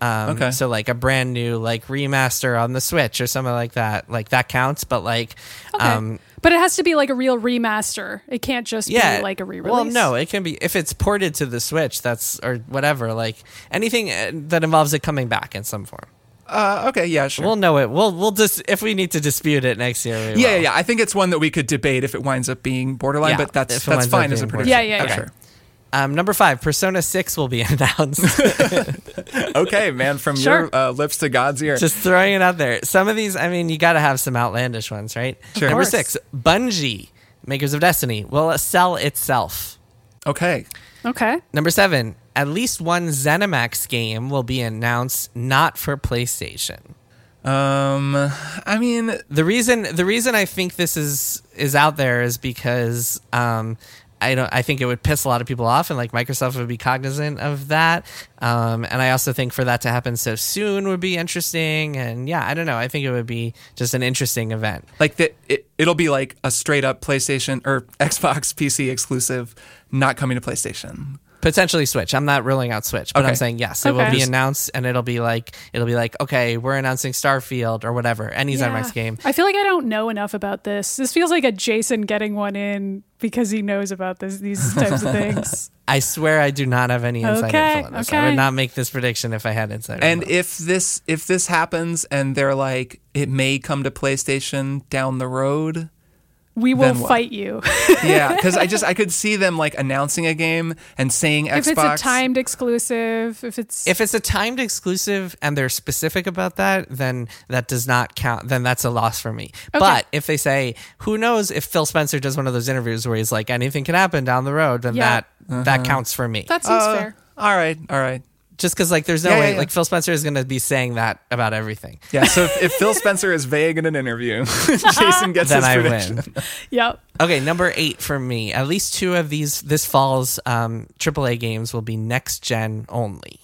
B: Um,
C: Okay.
B: So like a brand new like remaster on the Switch or something like that. Like that counts, but like,
A: Okay.
B: um,
A: but it has to be like a real remaster. It can't just
B: yeah,
A: be like a re-release.
B: Well, no, it can be if it's ported to the Switch. That's or whatever. Like anything uh, that involves it coming back in some form.
C: uh, okay yeah sure
B: We'll know it. We'll we'll just if we need to dispute it next year. We
C: yeah, yeah,
B: will.
C: yeah. I think it's one that we could debate if it winds up being borderline,
B: Yeah,
C: but that's
B: if it
C: that's
B: winds up
C: fine as a
B: being
C: prediction.
A: borderline. Yeah, yeah, yeah.
C: Sure.
B: Um, number five, Persona Six will be announced.
C: Okay, man, from
A: Sure.
C: your uh, lips to God's ear.
B: just throwing it out there. Some of these, I mean, you got to have some outlandish ones, right?
C: Sure. Of
B: Number
A: course.
B: six, Bungie, makers of Destiny, will sell itself.
C: okay.
A: Okay.
B: Number seven, at least one ZeniMax game will be announced, not for PlayStation.
C: Um, I mean,
B: the reason the reason I think this is is out there is because um, I don't I think it would piss a lot of people off and like Microsoft would be cognizant of that um, and I also think for that to happen so soon would be interesting and yeah I don't know I think it would be just an interesting event
C: like that it, it'll be like a straight up PlayStation or Xbox PC exclusive, not coming to PlayStation.
B: potentially Switch I'm not ruling out Switch but I'm
C: Okay.
B: saying yes it will
A: Okay.
B: be announced and it'll be like it'll be like okay we're announcing Starfield or whatever any
A: Yeah.
B: ZeniMax game
A: I feel like I don't know enough about this. This feels like a Jason getting one in because he knows about this, these types of things.
B: I swear I do not have any inside
A: Okay,
B: info on this I
A: okay.
B: would not make this prediction if I had inside
C: And
B: info.
C: if this if this happens and they're like it may come to PlayStation down the road,
A: We will
C: Then what?
A: fight you.
C: yeah, because I just I could see them like announcing a game and saying Xbox.
A: if it's a timed exclusive, if it's
B: if it's a timed exclusive and they're specific about that, then that does not count. Then that's a loss for me. But if they say, who knows if Phil Spencer does one of those interviews where he's like, anything can happen down the road, then
A: Yeah.
B: that that counts for me.
A: that seems fair.
C: "Oh, All right, all right.
B: Just because, like, there's no
C: Yeah, yeah,
B: way,
C: yeah.
B: like, Phil Spencer is going to be saying that about everything.
C: Yeah. So if, if Phil Spencer is vague in an interview, Jason gets
B: Then
C: his
B: I
C: prediction.
B: win.
A: Yep.
B: Okay, number eight for me. At least two of these this fall's um, AAA games will be next gen only,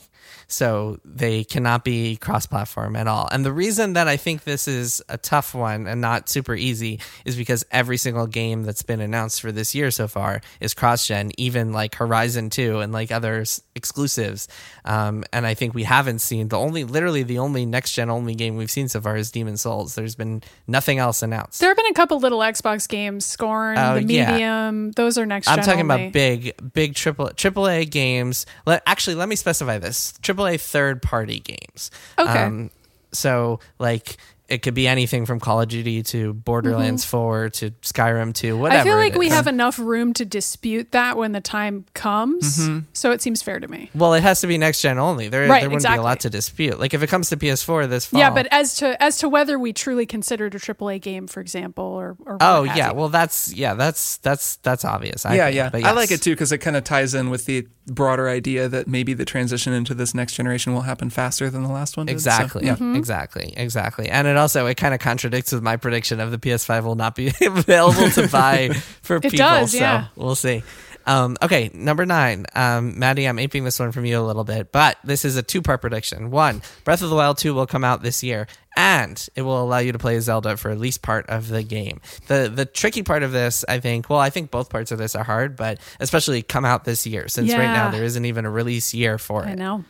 B: so they cannot be cross platform at all. And the reason that I think this is a tough one and not super easy is because every single game that's been announced for this year so far is cross gen, even like Horizon Two and like other s- exclusives. Um, and I think we haven't seen the only, literally the only next gen only game we've seen so far is Demon Souls. There's been nothing else announced.
A: There have been a couple little Xbox games, Scorn,
B: Oh,
A: the
B: yeah.
A: Medium. Those are next.
B: I'm
A: gen
B: talking
A: only.
B: about big, big triple triple A games. Let, actually, let me specify this: triple A third party games. Um,
A: Okay.
B: so like it could be anything from Call of Duty to Borderlands 4 to Skyrim 2, whatever.
A: Mm-hmm. I feel
B: it
A: like we
B: is.
A: have enough room to dispute that when the time comes.
B: Mm-hmm.
A: So it seems fair to me.
B: Well, it has to be next gen only. There,
A: Right,
B: there wouldn't be a lot
A: exactly.
B: to dispute. Like if it comes to PS4 this fall.
A: Yeah, but as to as to whether we truly considered a AAA game, for example, or, or what
B: oh
A: have
B: yeah,
A: you.
B: well that's yeah, that's that's that's obvious. I
C: Yeah,
B: think,
C: yeah.
B: but
C: I like
B: yes.
C: it too because it kind of ties in with the broader idea that maybe the transition into this next generation will happen faster than the last one. did. So,
B: Exactly.
C: yeah.
A: Mm-hmm.
B: Exactly. Exactly. And it also it kind of contradicts with my prediction of the PS5 will not be available to buy for people.
A: does, yeah.
B: So we'll see. Um, okay, number nine. Um, Maddie, I'm aping this one from you a little bit, but this is a two part prediction. One, Breath of the Wild 2 will come out this year, and it will allow you to play Zelda for at least part of the game. The the tricky part of this, I think, well, I think both parts of this are hard, but especially come out this year, since right now
A: Yeah.
B: there isn't even a release year for
A: I
B: it.
A: know.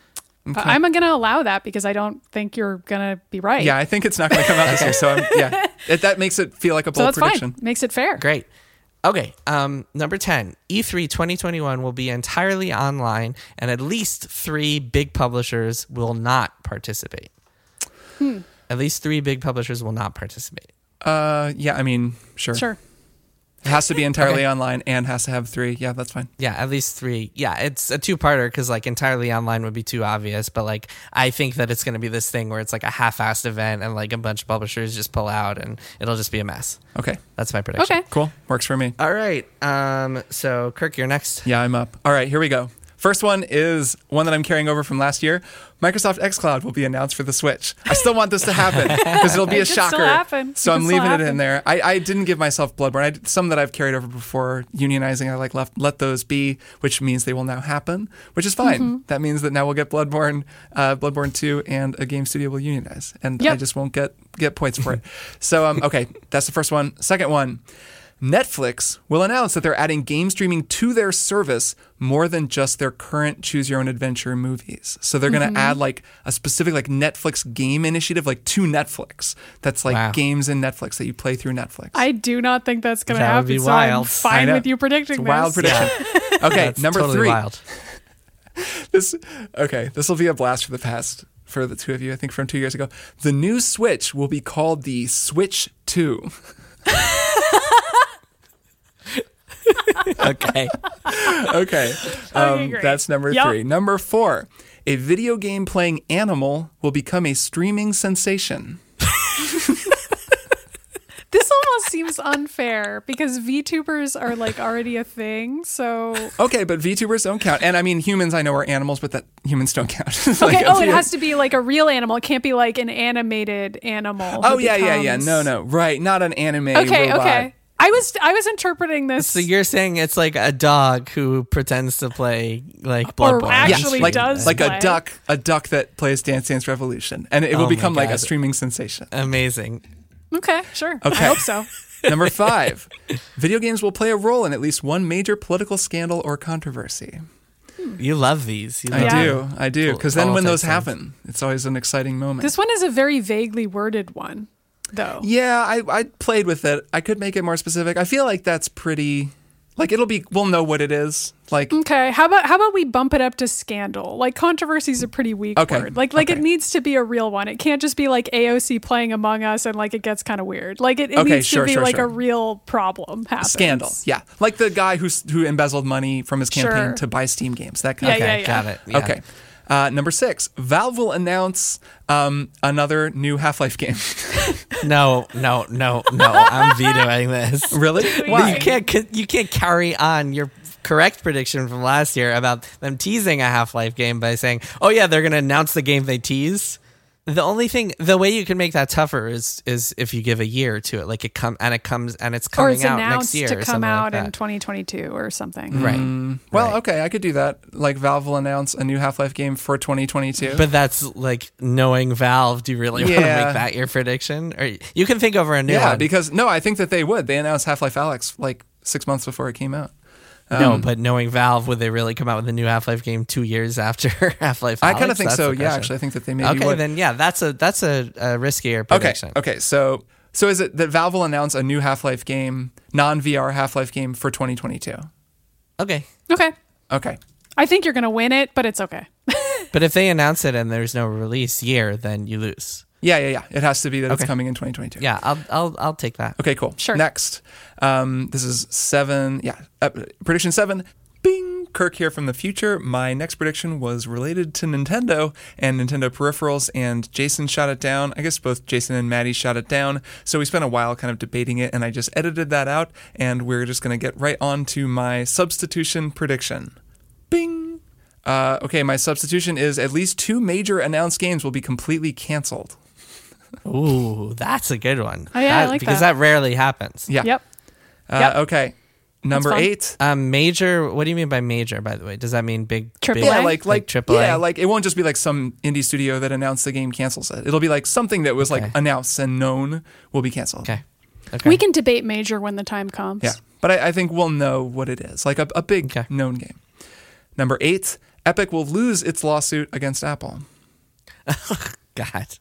A: But I'm going to allow that because I don't think you're going to be right.
C: Yeah, I think it's not going to come out this year. So I'm, yeah, it, that makes it feel like a
A: so
C: bold
A: that's
C: prediction.
A: fine. Makes it fair.
B: Great. Okay. Um, number 10, E3 2021 will be entirely online, and at least three big publishers will not participate. At least three big publishers will not participate.
C: Uh, yeah, I mean, sure.
A: Sure.
C: It has to be entirely online and has to have three. Yeah, that's fine.
B: Yeah, at least three. Yeah, it's a two parter because, like, entirely online would be too obvious. But, like, I think that it's going to be this thing where it's like a half assed event and, like, a bunch of publishers just pull out and it'll just be a mess.
C: Okay,
B: That's my prediction.
A: Okay.
C: cool. Works for me.
B: All right. Um, so, Kirk, you're next.
C: Yeah, I'm up. All right, here we go. First one is one that I'm carrying over from last year. Microsoft xCloud will be announced for the Switch. I still want this to happen because it'll be a
A: It could still
C: shocker.
A: happen.
C: So
A: It could
C: I'm
A: still
C: leaving it in
A: happen.
C: there. I, I didn't give myself Bloodborne. I, did- some that I've carried over before unionizing, I like left let those be, which means they will now happen, which is fine. That means that now we'll get Bloodborne, uh, Bloodborne two, and a game studio will unionize, and I
A: Yep.
C: just won't get get points for it. so um, okay, that's the first one. Second one. Netflix will announce that they're adding game streaming to their service more than just their current choose your own adventure movies. So they're going to add like a specific like Netflix game initiative like to Netflix. That's like
B: Wow.
C: games in Netflix that you play through Netflix.
A: I do not think that's going to
B: That would
A: happen.
B: be
A: so I'm
B: wild.
C: I
A: fine
C: know.
A: with you predicting
C: it's a
A: this.
C: wild prediction. Okay,
B: That's
C: number
B: totally
C: 3.
B: wild.
C: This okay, this will be a blast for the past for the two of you I think from 2 years ago. The new Switch will be called the Switch 2.
B: Okay.
C: okay.
A: Okay,
C: Um,
A: great.
C: that's number
A: Yep.
C: three. Number four, a video game playing animal will become a streaming sensation.
A: This almost seems unfair because VTubers are like already a thing. So
C: Okay, but VTubers don't count. And I mean, humans I know are animals, but that humans don't count. Like,
A: okay, oh, it
C: yeah.
A: has to be like a real animal. It can't be like an animated animal.
C: Oh
A: who
C: yeah, yeah, yeah.
A: becomes-
C: No, no, right. Not an anime
A: Okay,
C: robot.
A: okay. I was I was interpreting this
B: So you're saying it's like a dog who pretends to play like
A: Or
B: Bloodborne,
C: Yeah,
A: actually
C: like,
A: does
C: like a
A: play.
C: duck, a duck that plays Dance Dance Revolution, and it
B: Oh
C: will
B: my
C: become like a
B: God.
C: streaming sensation.
B: Amazing.
A: Okay, sure.
C: Okay.
A: I hope so.
C: Number five, video games will play a role in at least one major political scandal or controversy.
B: You love these. You
C: I
B: love
A: Yeah.
C: do, I do. Because then when those
B: Politics and-
C: happen, it's always an exciting moment.
A: This one is a very vaguely worded one, though.
C: Yeah, I, I played with it. I could make it more specific. I feel like that's pretty. Like it'll be. We'll know what it is. Like
A: Okay, how about how about we bump it up to scandal? Like controversy is a pretty weak
C: Okay,
A: word. Like like
C: okay.
A: it needs to be a real one. It can't just be like AOC playing Among Us and like it gets kind of weird. Like it, it
C: Okay,
A: needs
C: sure,
A: to be
C: sure,
A: like
C: sure.
A: a real problem happens.
C: scandal. Yeah, like the guy who's who embezzled money from his campaign
A: Sure.
C: to buy Steam games. That kind
A: Yeah,
C: of.
A: yeah,
B: Okay,
A: yeah.
B: got it. Yeah.
C: Okay. Uh, number six, Valve will announce um, another new Half Life game.
B: No, no, no, no. I'm vetoing this.
C: really?
B: Well, you can't c- you can't carry on your correct prediction from last year about them teasing a Half-Life game by saying, "Oh yeah, they're going to announce the game they tease." The only thing, the way you can make that tougher is is if you give a year to it, like it come and it comes and it's
A: or
B: coming
A: it's
B: out
A: announced
B: next year
A: to
B: or
A: come
B: something
A: out
B: like
A: in 2022 or something.
B: that. right?
C: Well, okay, I could do that. Like Valve will announce a new Half Life game for 2022.
B: But that's like knowing Valve. Do you really want to
C: Yeah.
B: make that your prediction? Or you can think over a new
C: yeah,
B: one.
C: because no, I think that they would. They announced Half Life Alex like six months before it came out.
B: no, um, but knowing Valve, would they really come out with a new Half Life game two years after Half Life?
C: I kind of think so. Yeah, actually, I think that they maybe
B: okay,
C: would.
B: then yeah, that's a that's a, a riskier
C: okay,
B: prediction.
C: okay. So, so is it that Valve will announce a new Half Life game, non VR Half Life game for 2022?
B: Okay.
A: Okay.
C: Okay.
A: I think you're going to win it, but it's okay.
B: But if they announce it and there's no release year, then you lose.
C: Yeah, yeah, yeah. It has to be that
B: Okay.
C: it's coming in 2022.
B: Yeah, I'll I'll I'll take that.
C: Okay, cool.
A: Sure.
C: Next, um, this is seven. Yeah, uh, prediction seven. Bing. Kirk here from the future. My next prediction was related to Nintendo and Nintendo peripherals, and Jason shot it down. I guess both Jason and Maddie shot it down. So we spent a while kind of debating it, and I just edited that out, and we're just going to get right on to my substitution prediction. Bing. Uh, okay, my substitution is at least two major announced games will be completely canceled.
B: Ooh, that's a good one.
A: Oh, yeah, I
B: That-
A: like
B: because
A: that.
B: that. rarely happens.
C: Yeah.
A: Yep.
C: Uh,
A: Yep.
C: Okay. Number
A: fun.
C: eight.
B: Um, major. What do you mean by major? By the way, does that mean big?
A: Triple
B: big-
A: A?
C: Yeah, like like
B: triple
C: yeah,
B: A?
C: like it won't just be like some indie studio that announced the game cancels it. It'll be like something that was
B: Okay.
C: like announced and known will be canceled.
B: Okay. Okay.
A: We can debate major when the time comes.
C: Yeah, but I, I think we'll know what it is, like a, a big
B: Okay.
C: known game. Number eight, Epic will lose its lawsuit against Apple.
B: God.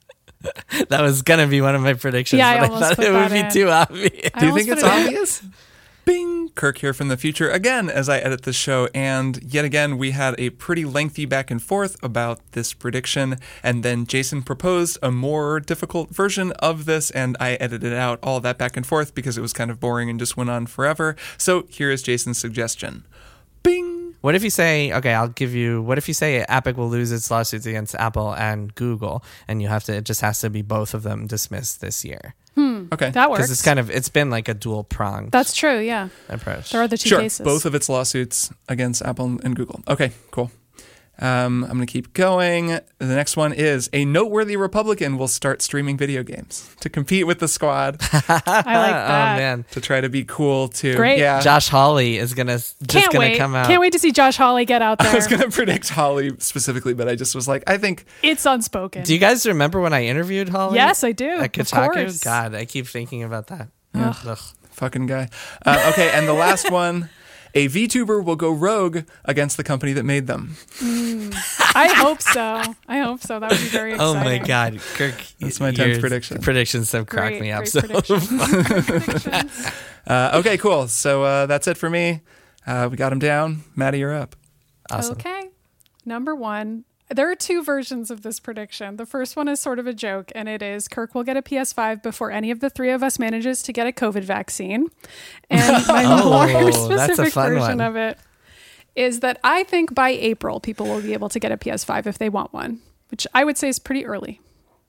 B: that was gonna be one of my predictions,
A: Yeah, I
B: but I,
A: almost
B: thought
A: put
B: it
A: that
B: would be
A: in.
B: too obvious.
A: I
C: Do you
A: almost
C: think it's
A: put it in.
C: obvious? Bing! Kirk here from the future again as I edit this show. And yet again, we had a pretty lengthy back and forth about this prediction. And then Jason proposed a more difficult version of this. And I edited out all that back and forth because it was kind of boring and just went on forever. So here is Jason's suggestion Bing!
B: What if you say, okay, I'll give you. What if you say Epic will lose its lawsuits against Apple and Google, and you have to? It just has to be both of them dismissed this year
C: Okay.
A: That
B: because
A: works.
B: it's kind of it's been like a dual pronged
A: That's true. Yeah.
B: approach.
A: There are the two
C: sure.
A: cases.
C: Both of its lawsuits against Apple and Google. Okay, cool. Um, I'm going to keep going. The next one is a noteworthy Republican will start streaming video games to compete with the squad
A: I like that.
B: Oh man,
C: to try to be cool too.
A: Great.
C: Yeah.
B: Josh Hawley is gonna just
A: Can't
B: gonna
A: wait.
B: come out.
A: Can't wait to see Josh Hawley get out
C: I was
A: there.
C: going to predict Holly specifically, but I just was like, I think
A: It's unspoken.
B: Do you guys remember when I interviewed Hawley?
A: yes, I do.
B: At
A: of
B: Kotaku?
A: course.
B: God, I keep thinking about that. Ugh.
C: fucking guy. Uh, okay, and the last one, a VTuber will go rogue against the company that made them.
A: I hope so. I hope so. That would be very
B: Oh
A: exciting.
B: my God, Kirk!
C: That's my tenth
B: your
C: prediction.
B: Predictions have cracked
A: Great,
B: me up.
A: great
B: So
A: predictions. Great predictions.
C: Uh, okay, cool. So uh, that's it for me. Uh, we got him down. Maddie, you're up.
B: awesome.
A: Okay. Number one. There are two versions of this prediction. The first one is sort of a joke, and it is Kirk will get a PS5 before any of the three of us manages to get a COVID vaccine. And my
B: Oh,
A: more
B: that's a
A: specific
B: fun
A: version
B: one.
A: of it is that I think by April, people will be able to get a PS5 if they want one, which I would say is pretty early.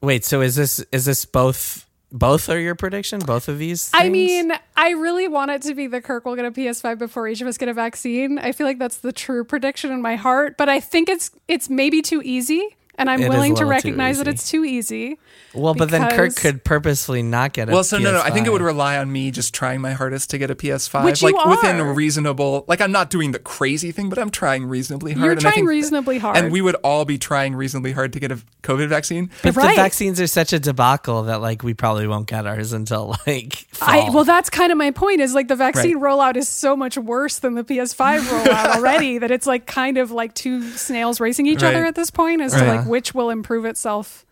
B: Oh. Wait, so is this is this both both are your prediction? Both of these?
A: I
B: things?
A: mean, I really want it to be the Kirk will get a PS5 before each of us get a vaccine. I feel like that's the true prediction in my heart, but I think it's it's maybe too easy, and I'm
B: It is a
A: willing to
B: little too
A: recognize that
B: easy.
A: it's too easy.
B: well, but then Kirk
A: because-
B: could purposefully not get it.
C: Well, so no, no. I think it would rely on me just trying my hardest to get a PS5,
A: Which you
C: like within
A: are.
C: a reasonable. Like I'm not doing the crazy thing, but I'm trying reasonably hard.
A: You're
C: and I
A: trying
C: think-
A: reasonably hard.
C: and we would all be trying reasonably hard to get a COVID vaccine.
B: But
A: Right.
B: the vaccines are such a debacle that like we probably won't get ours until like fall.
A: I, well, that's kind of my point. Is like the vaccine rollout is so much worse than the PS5 rollout already that it's like kind of like two snails racing each other
C: Right.
A: at this point as to
B: Right.
A: like which will improve itself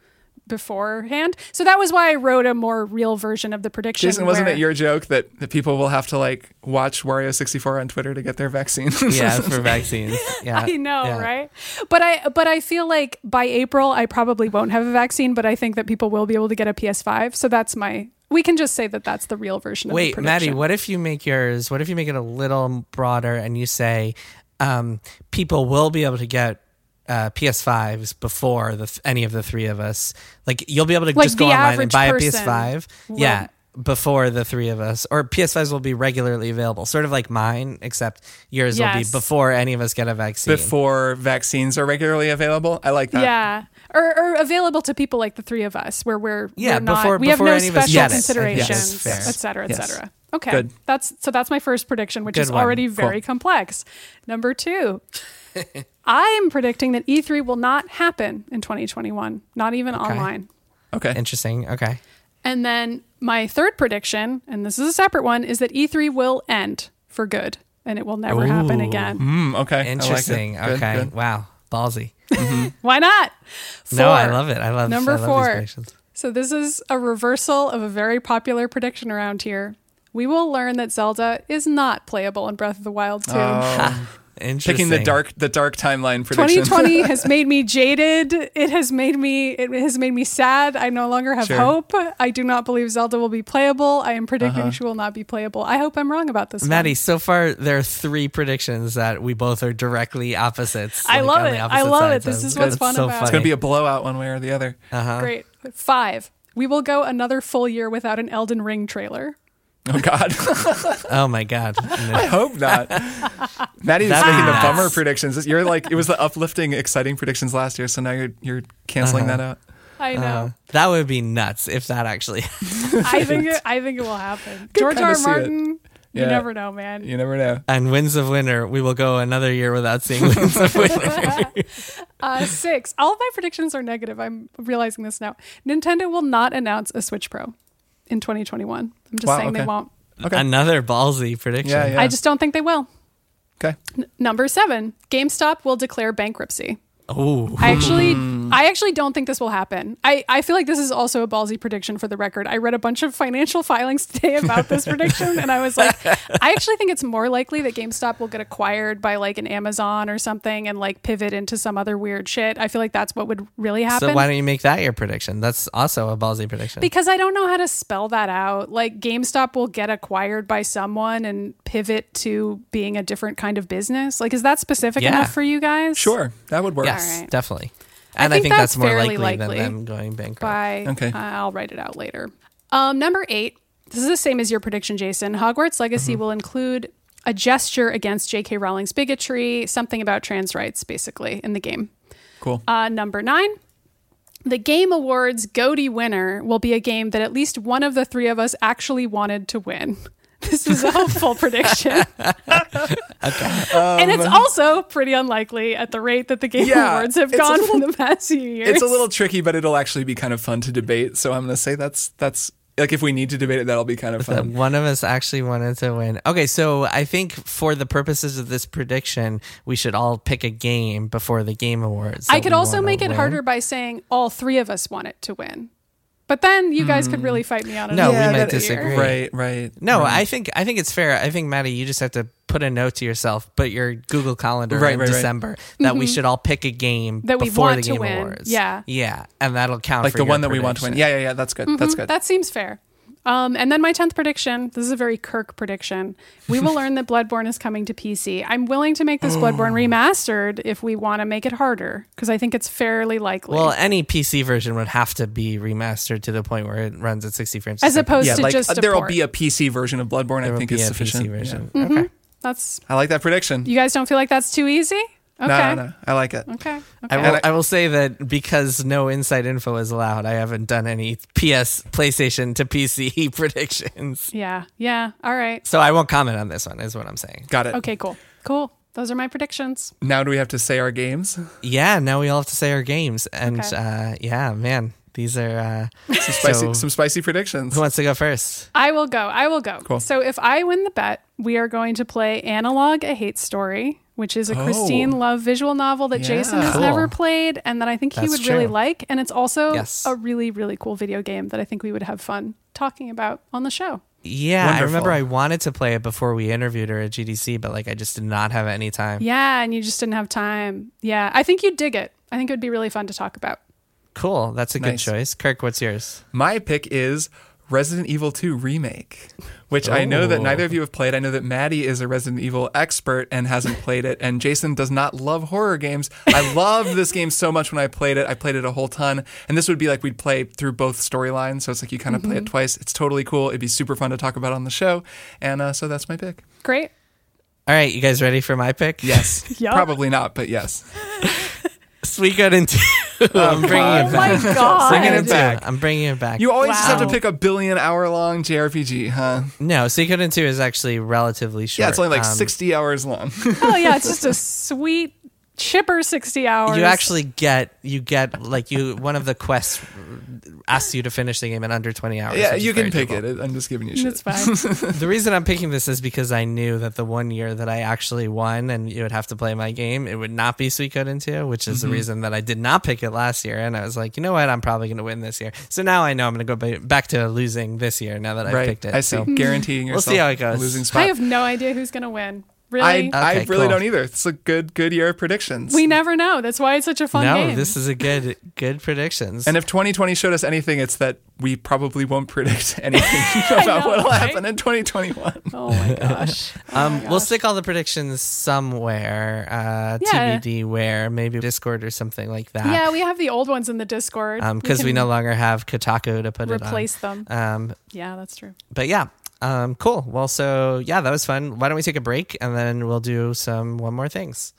A: beforehand. So that was why I wrote a more real version of the prediction.
C: Jason, wasn't
A: where-
C: it your joke that, that people will have to like watch Wario64 on Twitter to get their vaccine?
B: yeah, for vaccines. Yeah,
A: I know,
B: yeah.
A: right? But I but I feel like by April I probably won't have a vaccine, but I think that people will be able to get a PS5. So that's my we can just say that that's the real version of the
B: Wait, Maddie,
A: prediction.
B: what if you make yours? What if you make it a little broader and you say um, people will be able to get uh, PS5s before the th- any of the three of us. Like you'll be able to
A: Like
B: just go
A: the
B: online and
A: average
B: buy a
A: person
B: PS5.
A: will-
B: Yeah, before the three of us, or PS5s will be regularly available, sort of like mine, except yours will be
A: Yes.
B: before any of us get a vaccine.
C: before vaccines are regularly available. I
B: uh,
C: like that.
A: yeah. Or, or available to people like the three of us, where we're
B: Yeah,
A: we're not,
B: before-
A: we have
B: before
A: no
B: any of us
A: special
B: get it, I think that's
A: considerations,
B: fair.
A: et cetera, et
C: Yes.
A: cetera. Okay,
C: Good.
A: that's so. That's my first prediction, which
B: Good
A: is
B: one.
A: already very complex. Number two, I'm predicting that E3 will not happen in 2021, not even online.
C: Okay.
B: Interesting. Okay.
A: And then my third prediction, and this is a separate one, is that E3 will end for good, and it will never happen
B: Ooh.
A: again.
C: Mm, okay. I like it.
B: Interesting.
C: Good,
B: okay.
C: good.
B: Wow. Ballsy.
A: Why not?
B: No, I
A: Four.
B: love it. I love
A: Number
B: I love these
A: four.
B: predictions.
A: So this is a reversal of a very popular prediction around here. We will learn that Zelda is not playable in Breath of the Wild
B: Oh,
A: 2.
B: Interesting.
C: Ah, Picking the dark the dark timeline prediction.
A: 2020 has made me jaded. It has made me it has made me sad. I no longer have
C: Sure.
A: hope. I do not believe Zelda will be playable. I am predicting
B: Uh-huh.
A: she will not be playable. I hope I'm wrong about this. one.
B: Maddie, so far there are three predictions that we both are directly opposites.
A: I
B: like,
A: love
B: on the
A: it. I
B: opposite
A: love
B: sides
A: it. This
B: of-
A: is what's
B: That's
A: fun
B: so
A: about it.
B: funny. Uh,
A: It's
C: It's going to be a blowout one way or the other.
A: Great. 5. We will go another full year without an Elden Ring trailer.
C: Oh God.
B: Oh my god.
C: I
B: No.
C: hope not. Maddie is
B: That'd
C: making
B: be
C: the
B: nice.
C: bummer predictions. You're like it was the uplifting, exciting predictions last year, so now you're you're canceling
B: Uh-huh.
C: that out.
A: I know.
B: Uh, that would be nuts if that actually.
C: Uh-huh.
A: I think it, I think it will happen. George
C: kinda
A: R. R.
C: see it.
A: Martin, you
C: Yeah.
A: never know, man.
C: You never know.
B: and Winds of Winter, we will go another year without seeing Winds of Winter.
A: Uh, six. All of my predictions are negative. I'm realizing this now. Nintendo will not announce a Switch Pro in 2021. I'm just
C: Wow,
A: saying they
C: okay.
A: won't.
C: Okay.
B: Another ballsy prediction.
C: Yeah, yeah.
A: I just don't think they will.
C: Okay.
A: N- number seven. GameStop will declare bankruptcy.
B: Oh,
A: I actually, I actually don't think this will happen. I, I feel like this is also a ballsy prediction for the record. I read a bunch of financial filings today about this prediction, and I was like, I actually think it's more likely that GameStop will get acquired by like an Amazon or something, and like pivot into some other weird shit. I feel like that's what would really happen.
B: so why don't you make that your prediction? That's also a ballsy prediction.
A: because I don't know how to spell that out. Like GameStop will get acquired by someone and pivot to being a different kind of business. Like, is that specific
B: Yeah.
A: enough for you guys?
C: Sure, that would work.
B: yes,
A: right.
B: definitely. And I
A: think
B: think, that's,
A: that's
B: more
A: fairly
B: likely, than
A: likely.
B: them going bankrupt.
A: by uh,
C: Okay.
A: I'll write it out later. Um, number eight. This is the same as your prediction, Jason. Hogwarts Legacy
C: Mm-hmm.
A: will include a gesture against J.K. Rowling's bigotry, something about trans rights, basically, in the game.
C: Cool.
A: Uh, number nine. The Game Awards Goaty winner will be a game that at least one of the three of us actually wanted to win. This is a hopeful prediction. and it's also pretty unlikely at the rate that the Game
C: Um, Yeah,
A: Awards have
C: it's a
A: gone
C: little-
A: for the past few years.
C: It's a little tricky, but it'll actually be kind of fun to debate. So I'm going to say that's that's like if we need to debate it, that'll be kind of
B: that
C: fun.
B: one of us actually wanted to win. Okay, so I think for the purposes of this prediction, we should all pick a game before the game awards.
A: I
B: that
A: could
B: we
A: also
B: wanna
A: make it
B: win.
A: harder by saying all three of us want it to win. But then you guys could really fight me on it.
B: No,
A: another
B: we might
A: year.
B: disagree.
C: Right, right.
B: No, I think I think it's fair. I think Maddie, you just have to put a note to yourself, put your Google calendar
C: Right,
B: in
C: right, right.
B: December that we should all pick a game
A: Mm-hmm. That we
B: before
A: want
B: the
A: to
B: game
A: win.
B: awards.
A: Yeah.
B: yeah, and that'll count
C: like
B: for
C: the
B: your
C: one that we want to win.
B: prediction.
C: Yeah, yeah, yeah. That's good. That's good.
A: Mm-hmm. That seems fair. Um, and then my 10th prediction this is a very Kirk prediction. We will learn that Bloodborne is coming to PC. I'm willing to make
C: Oh.
A: this Bloodborne remastered if we want to make it harder because I think it's fairly likely.
B: Well, any PC version would have to be remastered to the point where it runs at sixty frames a
A: as
B: second.
A: opposed
C: yeah,
A: to
C: like
A: just
C: uh,
A: a
C: there'll
A: port.
C: be a PC version of Bloodborne.
B: There
C: I
B: would
C: think
B: be
C: is
B: a
C: sufficient.
B: PC
C: Yeah.
B: version. Okay.
A: That's
C: I like that prediction.
A: you guys don't feel like that's too easy? Okay.
C: No, no, no. I like it.
A: Okay. okay.
B: I will,
C: And
B: I, will say that because no inside info is allowed, I haven't done any PS, PlayStation to PC predictions.
A: yeah. Yeah. All right.
B: So I won't comment on this one, is what I'm saying.
C: Got it.
A: Okay, cool. Cool. Those are my predictions.
C: Now do we have to say our games?
B: Yeah, now we all have to say our games. And
A: Okay.
B: uh, yeah, man, these are. Uh,
C: Some spicy,
B: so
C: some spicy predictions.
B: who wants to go first?
A: I will go. I will go.
C: Cool.
A: So if I win the bet, we are going to play Analog, a Hate Story, which is a Christine Love visual novel that Jason has
B: Oh. Cool.
A: never played and that I think he
B: That's
A: would really
B: true.
A: like. And it's also
B: Yes.
A: a really, really cool video game that I think we would have fun talking about on the show.
B: Yeah, I remember
C: Wonderful.
B: I wanted to play it before we interviewed her at GDC, but like I just did not have any time.
A: Yeah. And you just didn't have time. Yeah. I think you'd dig it. I think it would be really fun to talk about.
B: Cool. That's a
C: Nice.
B: good choice. Kirk, what's yours?
C: My pick is Resident Evil 2 Remake, which I know that neither of you have played. I know that Maddie is a Resident Evil expert and hasn't played it, and Jason does not love horror games. I loved this game so much when I played it. I played it a whole ton, and this would be like we'd play through both storylines. So it's like you kind of play it twice. It's totally cool. It'd be super fun to talk about on the show. And uh, so that's my pick.
A: Great.
B: All right, you guys ready for my pick?
C: Yes.
A: Yeah.
C: Probably not, but yes.
B: Sweetgoat and Two. I'm bringing
A: Oh
B: Uh, it
A: my
B: back.
A: god.
B: Bringing it
C: Dude.
B: back. I'm bringing it back.
C: You always just have to
A: Wow.
C: pick a billion hour long JRPG, huh?
B: no, Sweetgoat and Two is actually relatively short.
C: Yeah, it's only like
B: Um,
C: 60 hours long.
A: Oh yeah, it's just a sweet chipper sixty hours.
B: You actually get you get like you one of the quests asks you to finish the game in under 20 hours.
C: yeah,
B: which is
C: you
B: very
C: can pick
B: doable.
C: it. I'm just giving you shit.
A: It's fine.
B: The reason I'm picking this is because I knew that the one year that I actually won and you would have to play my game, it would not be Suikoden into, which
C: Mm-hmm.
B: is the reason that I did not pick it last year. And I was like, you know what? I'm probably going to win this year. So now I know I'm going to go ba- back to losing this year now that I
C: right.
B: picked it.
C: I see.
B: So-
C: Guaranteeing
B: We'll
C: yourself
B: see how it goes.
C: losing spot.
A: I have no idea who's gonna win.
C: I,
A: Really?
C: I
B: Okay,
C: really
B: cool.
C: don't either. It's a good good year of predictions.
A: we never know. That's why it's such a fun
B: no,
A: game.
B: this is a good good predictions.
C: and if 2020 showed us anything, it's that we probably won't predict anything about
A: know,
C: what will
A: right?
C: happen in 2021.
A: oh my gosh. Oh my
B: um, we'll
A: gosh.
B: stick all the predictions somewhere, uh,
A: Yeah.
B: TBD where, maybe Discord or something like that.
A: Yeah, we have the old ones in the Discord.
B: because Um, we, uh,
A: can
B: no longer have Kotaku to put
A: replace
B: it
A: them.
B: on. Um,
A: Yeah, that's true.
B: but yeah, um, cool. Well, so yeah, that was fun. Why don't we take a break and then we'll do some one more things.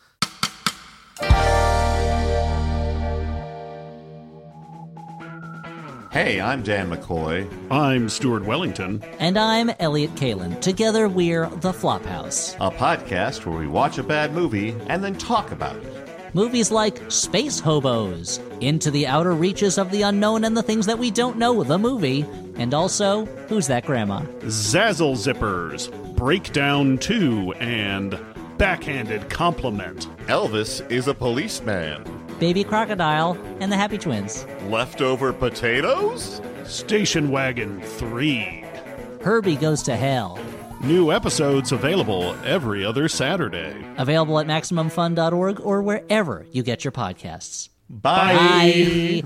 D: Hey, I'm Dan McCoy.
E: I'm Stuart Wellington.
F: And I'm Elliot Kalin. Together we're The Flophouse.
D: A podcast where we watch a bad movie and then talk about it.
F: Movies like Space Hobos, Into the Outer Reaches of the Unknown and the Things That We Don't Know, the movie, and also Who's That Grandma?
E: Zazzle Zippers, Breakdown 2, and Backhanded Compliment.
D: Elvis is a policeman.
F: Baby Crocodile, and the Happy Twins.
D: Leftover potatoes?
E: Station Wagon 3.
F: Herbie Goes to Hell.
E: New episodes available every other Saturday.
F: Available at MaximumFun.org or wherever you get your podcasts.
D: Bye.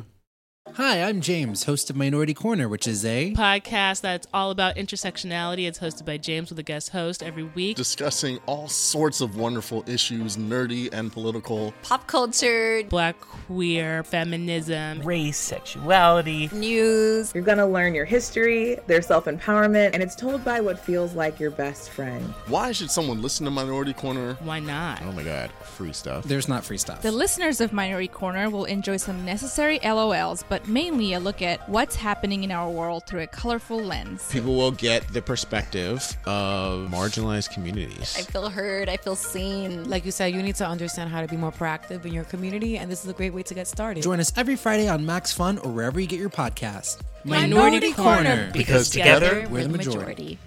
G: Hi, I'm James, host of Minority Corner, which is a
H: podcast that's all about intersectionality. It's hosted by James with a guest host every week.
I: discussing all sorts of wonderful issues, nerdy and political.
J: pop culture,
H: Black queer feminism.
K: race, sexuality.
J: news,
K: You're going to learn your history, their self empowerment, and it's told by what feels like your best friend.
I: Why should someone listen to Minority Corner?
H: Why not?
I: Oh my god, free stuff.
G: there's not free stuff.
J: The listeners of Minority Corner will enjoy some necessary LOLs, but mainly a look at what's happening in our world through a colorful lens.
I: People will get the perspective of marginalized communities.
J: feel heard, I feel seen.
K: Like you said, you need to understand how to be more proactive in your community, and this is a great way to get started.
G: Join us every Friday on Max Fun or wherever you get your podcast.
I: Because together,
G: we're the majority.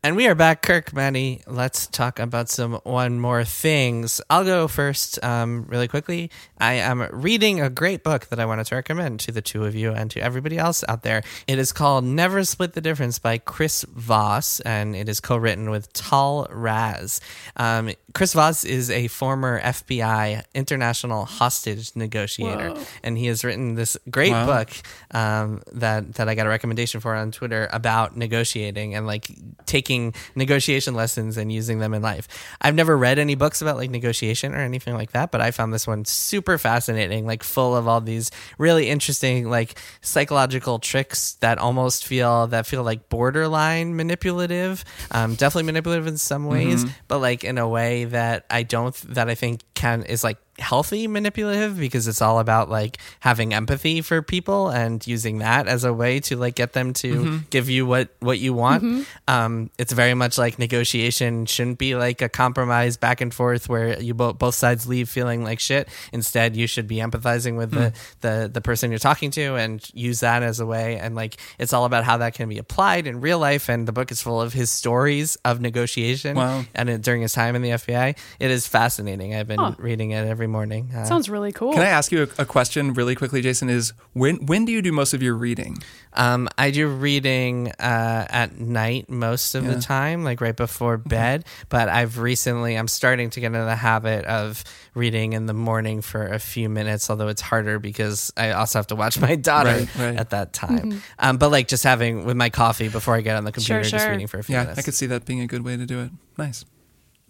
B: And we are back, Kirk, Manny. Let's talk about some one more things. I'll go first, um, really quickly. I am reading a great book that I wanted to recommend to the two of you and to everybody else out there. It is called Never Split the Difference by Chris Voss, and it is co-written with Tal Raz. Um, Chris Voss is a former FBI international hostage negotiator, and he has written this great book um, that that I got a recommendation for on Twitter about negotiating and like taking negotiation lessons and using them in life. I've never read any books about like negotiation or anything like that, but I found this one super fascinating, like full of all these really interesting like psychological tricks that almost feel that feel like borderline manipulative, um, definitely manipulative in some ways, but like in a way that I don't that I think can is like healthy manipulative because it's all about like having empathy for people and using that as a way to like get them to give you what what you want um it's very much like negotiation shouldn't be like a compromise back and forth where you both both sides leave feeling like shit instead you should be empathizing with the, the the person you're talking to and use that as a way and like it's all about how that can be applied in real life and the book is full of his stories of negotiation
C: Wow.
B: and it, during his time in the FBI it is fascinating i've been reading it every morning. Uh,
A: Sounds really cool.
C: Can I ask you a, a question really quickly, Jason? Is when when do you do most of your reading?
B: Um, I do reading uh, at night most of
C: Yeah.
B: the time, like right before bed. But I've recently, I'm starting to get into the habit of reading in the morning for a few minutes, although it's harder because I also have to watch my daughter
C: Right, right.
B: at that
A: Mm-hmm.
B: time. Um, but like just having with my coffee before I get on the computer, just
A: sure.
B: reading for a few
C: Yeah,
B: minutes.
C: I could see that being a good way to do it. Nice.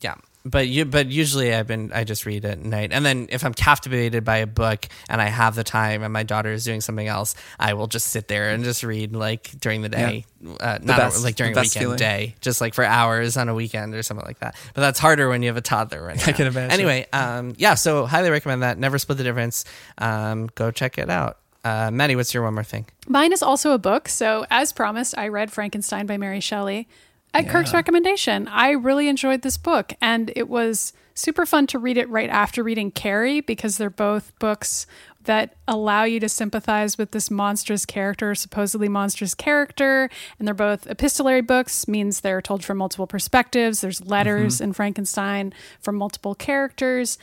B: Yeah. But you, but usually I've been I just read at night, and then if I'm captivated by a book and I have the time, and my daughter is doing something else, I will just sit there and just read like during the day, uh, not
C: best-
B: like during
C: the
B: a
C: best
B: weekend
C: feeling.
B: day, just like for hours on a weekend or something like that. But that's harder when you have a toddler right now.
C: can imagine.
B: Anyway, um, yeah, so highly recommend that. Never split the difference. Um, go check it out. Uh, Maddie, what's your one more thing?
A: Mine is also a book. So, as promised, I read Frankenstein by Mary Shelley at Kirk's recommendation. I really enjoyed this book, and it was super fun to read it right after reading Carrie because they're both books that allow you to sympathize with this monstrous character, supposedly monstrous character. And they're both epistolary books, means they're told from multiple perspectives. There's letters in Frankenstein from multiple characters.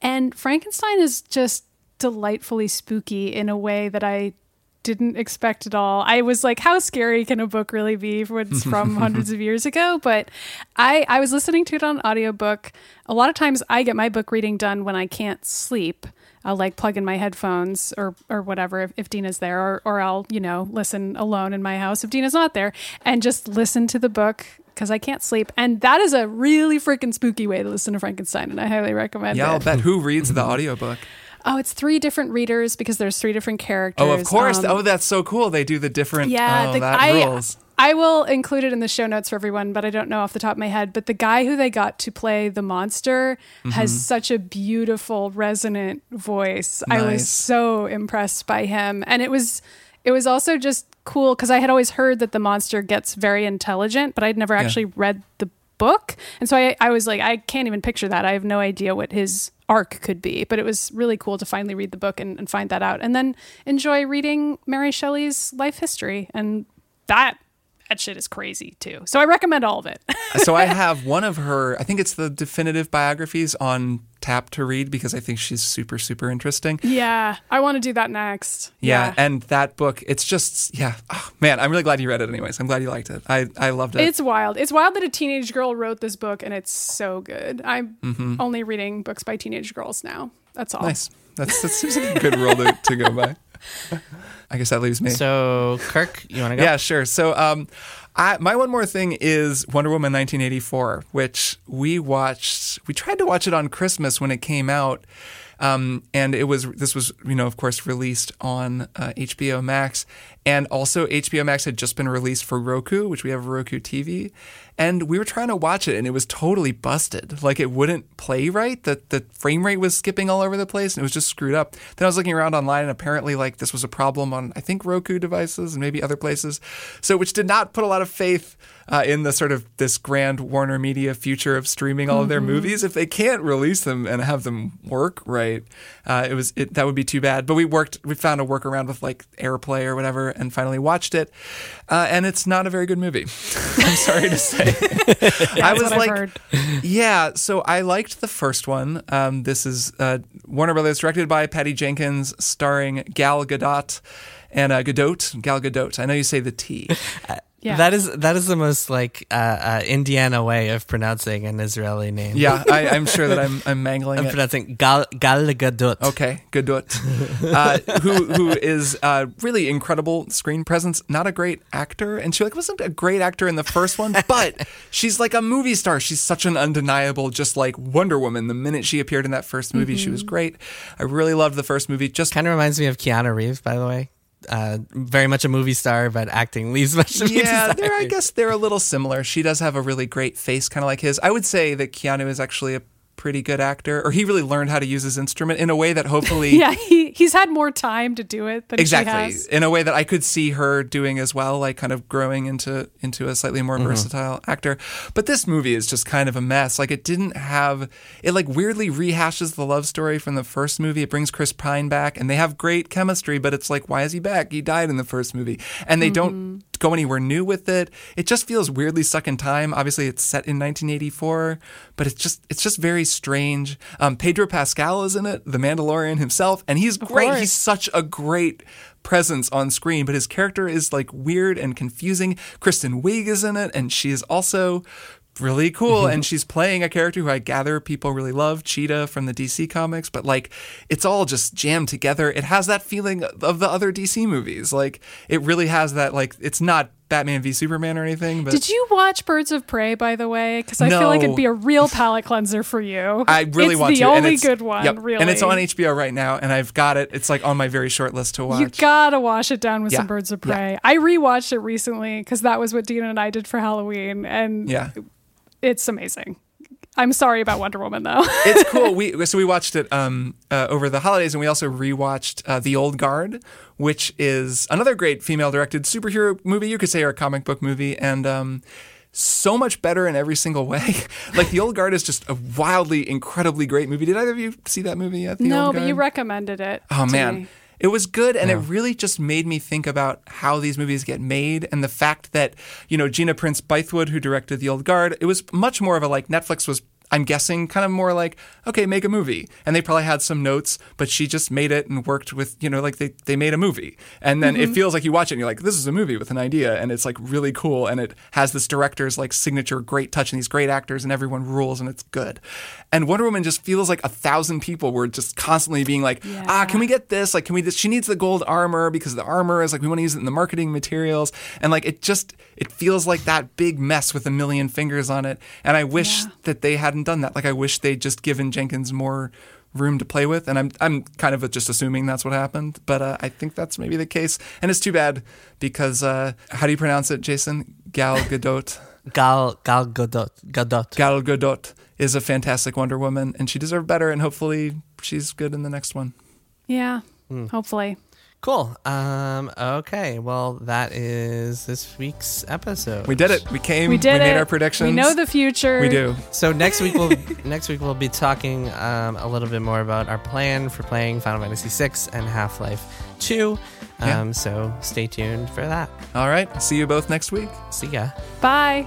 A: And Frankenstein is just delightfully spooky in a way that I didn't expect at all. I was like, how scary can a book really be when it's from hundreds of years ago? But I, I was listening to it on audiobook. A lot of times I get my book reading done when I can't sleep. I'll like plug in my headphones or or whatever if, if Dina's there, or, or I'll, you know, listen alone in my house if Dina's not there and just listen to the book because I can't sleep. And that is a really freaking spooky way to listen to Frankenstein. And I highly recommend
C: Yeah,
A: it.
C: I'll bet. Who reads the audiobook?
A: Oh, it's three different readers because there's three different characters.
C: Oh, of course.
A: Um,
C: oh, that's so cool. They do the different.
A: yeah,
C: oh,
A: the-
C: that
A: I,
C: rules.
A: I will include it in the show notes for everyone, but I don't know off the top of my head. But the guy who they got to play the monster
C: Mm-hmm.
A: has such a beautiful, resonant voice. I was
C: Nice.
A: so impressed by him, and it was it was also just cool because I had always heard that the monster gets very intelligent, but I'd never actually read the book, and so I, I was like, I can't even picture that. I have no idea what his arc could be, but it was really cool to finally read the book and, and find that out, and then enjoy reading Mary Shelley's life history and that that shit is crazy too. So I recommend all of it.
C: so I have one of her. I think it's the definitive biographies on tap to read because I think she's super super interesting.
A: yeah, I want to do that next.
C: Yeah, and that book, it's just yeah. Oh, man, I'm really glad you read it. Anyways, I'm glad you liked it. I I loved it.
A: it's wild. It's wild that a teenage girl wrote this book and it's so good. I'm only reading books by teenage girls now. That's all.
C: Mm-hmm. nice. That's that seems like a good rule to, to go by. I guess that leaves me.
B: So, Kirk, you want to go?
C: Yeah, sure. So, um, I, my one more thing is Wonder Woman 1984, which we watched. We tried to watch it on Christmas when it came out, um, and it was this was you know of course released on uh, HBO Max, and also HBO Max had just been released for Roku, which we have Roku TV, and we were trying to watch it, and it was totally busted. Like it wouldn't play right. The the frame rate was skipping all over the place, and it was just screwed up. Then I was looking around online, and apparently like this was a problem on I think Roku devices and maybe other places. So which did not put a lot of faith uh, in the sort of this grand Warner Media future of streaming all of their
A: Mm-hmm.
C: movies. If they can't release them and have them work right, uh, it was it, that would be too bad. But we worked, we found a workaround with like AirPlay or whatever, and finally watched it. Uh, and it's not a very good movie. I'm sorry to say. I was
A: what I've
C: like,
A: heard.
C: yeah, so I liked the first one. Um, this is uh, Warner Brothers, directed by Patty Jenkins, starring Gal Gadot and uh, Gadot. Gal Gadot. I know you say the T.
A: Yeah.
B: That is that is the most like uh, uh, Indiana way of pronouncing an Israeli name.
C: Yeah, I, I'm sure that I'm, I'm mangling
B: I'm
C: it.
B: pronouncing Gal Gal Gadot.
C: Okay, Gadot, uh, who who is uh, really incredible screen presence. Not a great actor, and she like wasn't a great actor in the first one, but she's like a movie star. She's such an undeniable, just like Wonder Woman. The minute she appeared in that first movie, she
B: Mm-hmm.
C: was great. I really loved the first movie. Just
B: Kind of reminds me of Keanu Reeves, by the way. Uh, very much a movie star, but acting leaves much to be
C: yeah, they're, I
B: desired.
C: guess they're a little similar. She does have a really great face, kind of like his. I would say that Keanu is actually a pretty good actor, or he really learned how to use his instrument in a way that hopefully
A: Yeah, he, he he's had more time to do it than
C: exactly
A: she has.
C: in a way that I could see her doing as well, like kind of growing into into a slightly more
B: Mhm.
C: versatile actor. But this movie is just kind of a mess. Like it didn't have it. Like weirdly rehashes the love story from the first movie. It brings Chris Pine back, and they have great chemistry. But it's like, why is he back? He died in the first movie, and they don't go anywhere new with it. It just feels weirdly stuck in time. Obviously, it's set in 1984, but it's just it's just very strange. Um, Pedro Pascal is in it, the Mandalorian himself, and he's great.
A: course.
C: He's such a great presence on screen, but his character is like weird and confusing. Kristen Wiig is in it, and she is also really cool
A: Mm-hmm.
C: and she's playing a character who I gather people really love, Cheetah from the DC comics, but like it's all just jammed together. It has that feeling of the other DC movies. Like it really has that like it's not Batman v Superman or anything, but
A: Did you watch Birds of Prey, by the way? Because I feel like it'd
C: No.
A: be a real palate cleanser for you.
C: I really
A: it's
C: want
A: the
C: to.
A: only
C: and it's,
A: good one,
C: yep,
A: really.
C: And it's on HBO right now, and I've got it. It's like on my very short list to watch.
A: You gotta wash it down with
C: Yeah.
A: some Birds of
C: Yeah.
A: Prey. I rewatched it recently because that was what Dina and I did for Halloween, and
C: yeah.
A: it's amazing. I'm sorry about Wonder Woman though.
C: it's cool. We so we watched it um, uh, over the holidays, and we also rewatched uh, The Old Guard, which is another great female-directed superhero movie. You could say or a comic book movie, and. Um, so much better in every single way. like The Old Guard is just a wildly, incredibly great movie. Did either of you see that movie yet? The
A: no,
C: Old
A: but
C: Guard?
A: you recommended it.
C: Oh
A: to
C: man.
A: me.
C: It was good and it really just made me think about how these movies get made and the fact that, you know, Gina Prince Bythewood, who directed The Old Guard, it was much more of a like Netflix was I'm guessing kind of more like, okay, make a movie. And they probably had some notes, but she just made it and worked with, you know, like they, they made a movie. And then
A: Mm-hmm.
C: it feels like you watch it and you're like, this is a movie with an idea and it's like really cool and it has this director's like signature great touch and these great actors and everyone rules and it's good. And Wonder Woman just feels like a thousand people were just constantly being like, ah, can we get this? Like, can we? Just, she needs the gold armor because the armor is like we want to use it in the marketing materials, and like it just it feels like that big mess with a million fingers on it. And I wish that they hadn't done that. Like, I wish they'd just given Jenkins more room to play with. And I'm I'm kind of just assuming that's what happened, but uh, I think that's maybe the case. And it's too bad because uh, how do you pronounce it, Jason? Gal Gadot.
B: Gal Gal Gadot Gadot.
C: Gal Gadot is a fantastic Wonder Woman, and she deserved better. And hopefully, she's good in the next one.
A: Yeah.
C: Hmm.
A: Hopefully.
B: Cool. Um. Okay. Well, that is this week's episode.
C: We did it. We came.
A: We did
C: made
A: it.
C: our predictions.
A: We know the future.
C: We do.
B: So next week we'll next week we'll be talking um, a little bit more about our plan for playing Final Fantasy VI and Half Life Two. Um,
C: Yeah.
B: So stay tuned for that.
C: All right. See you both next week.
B: See ya.
A: Bye.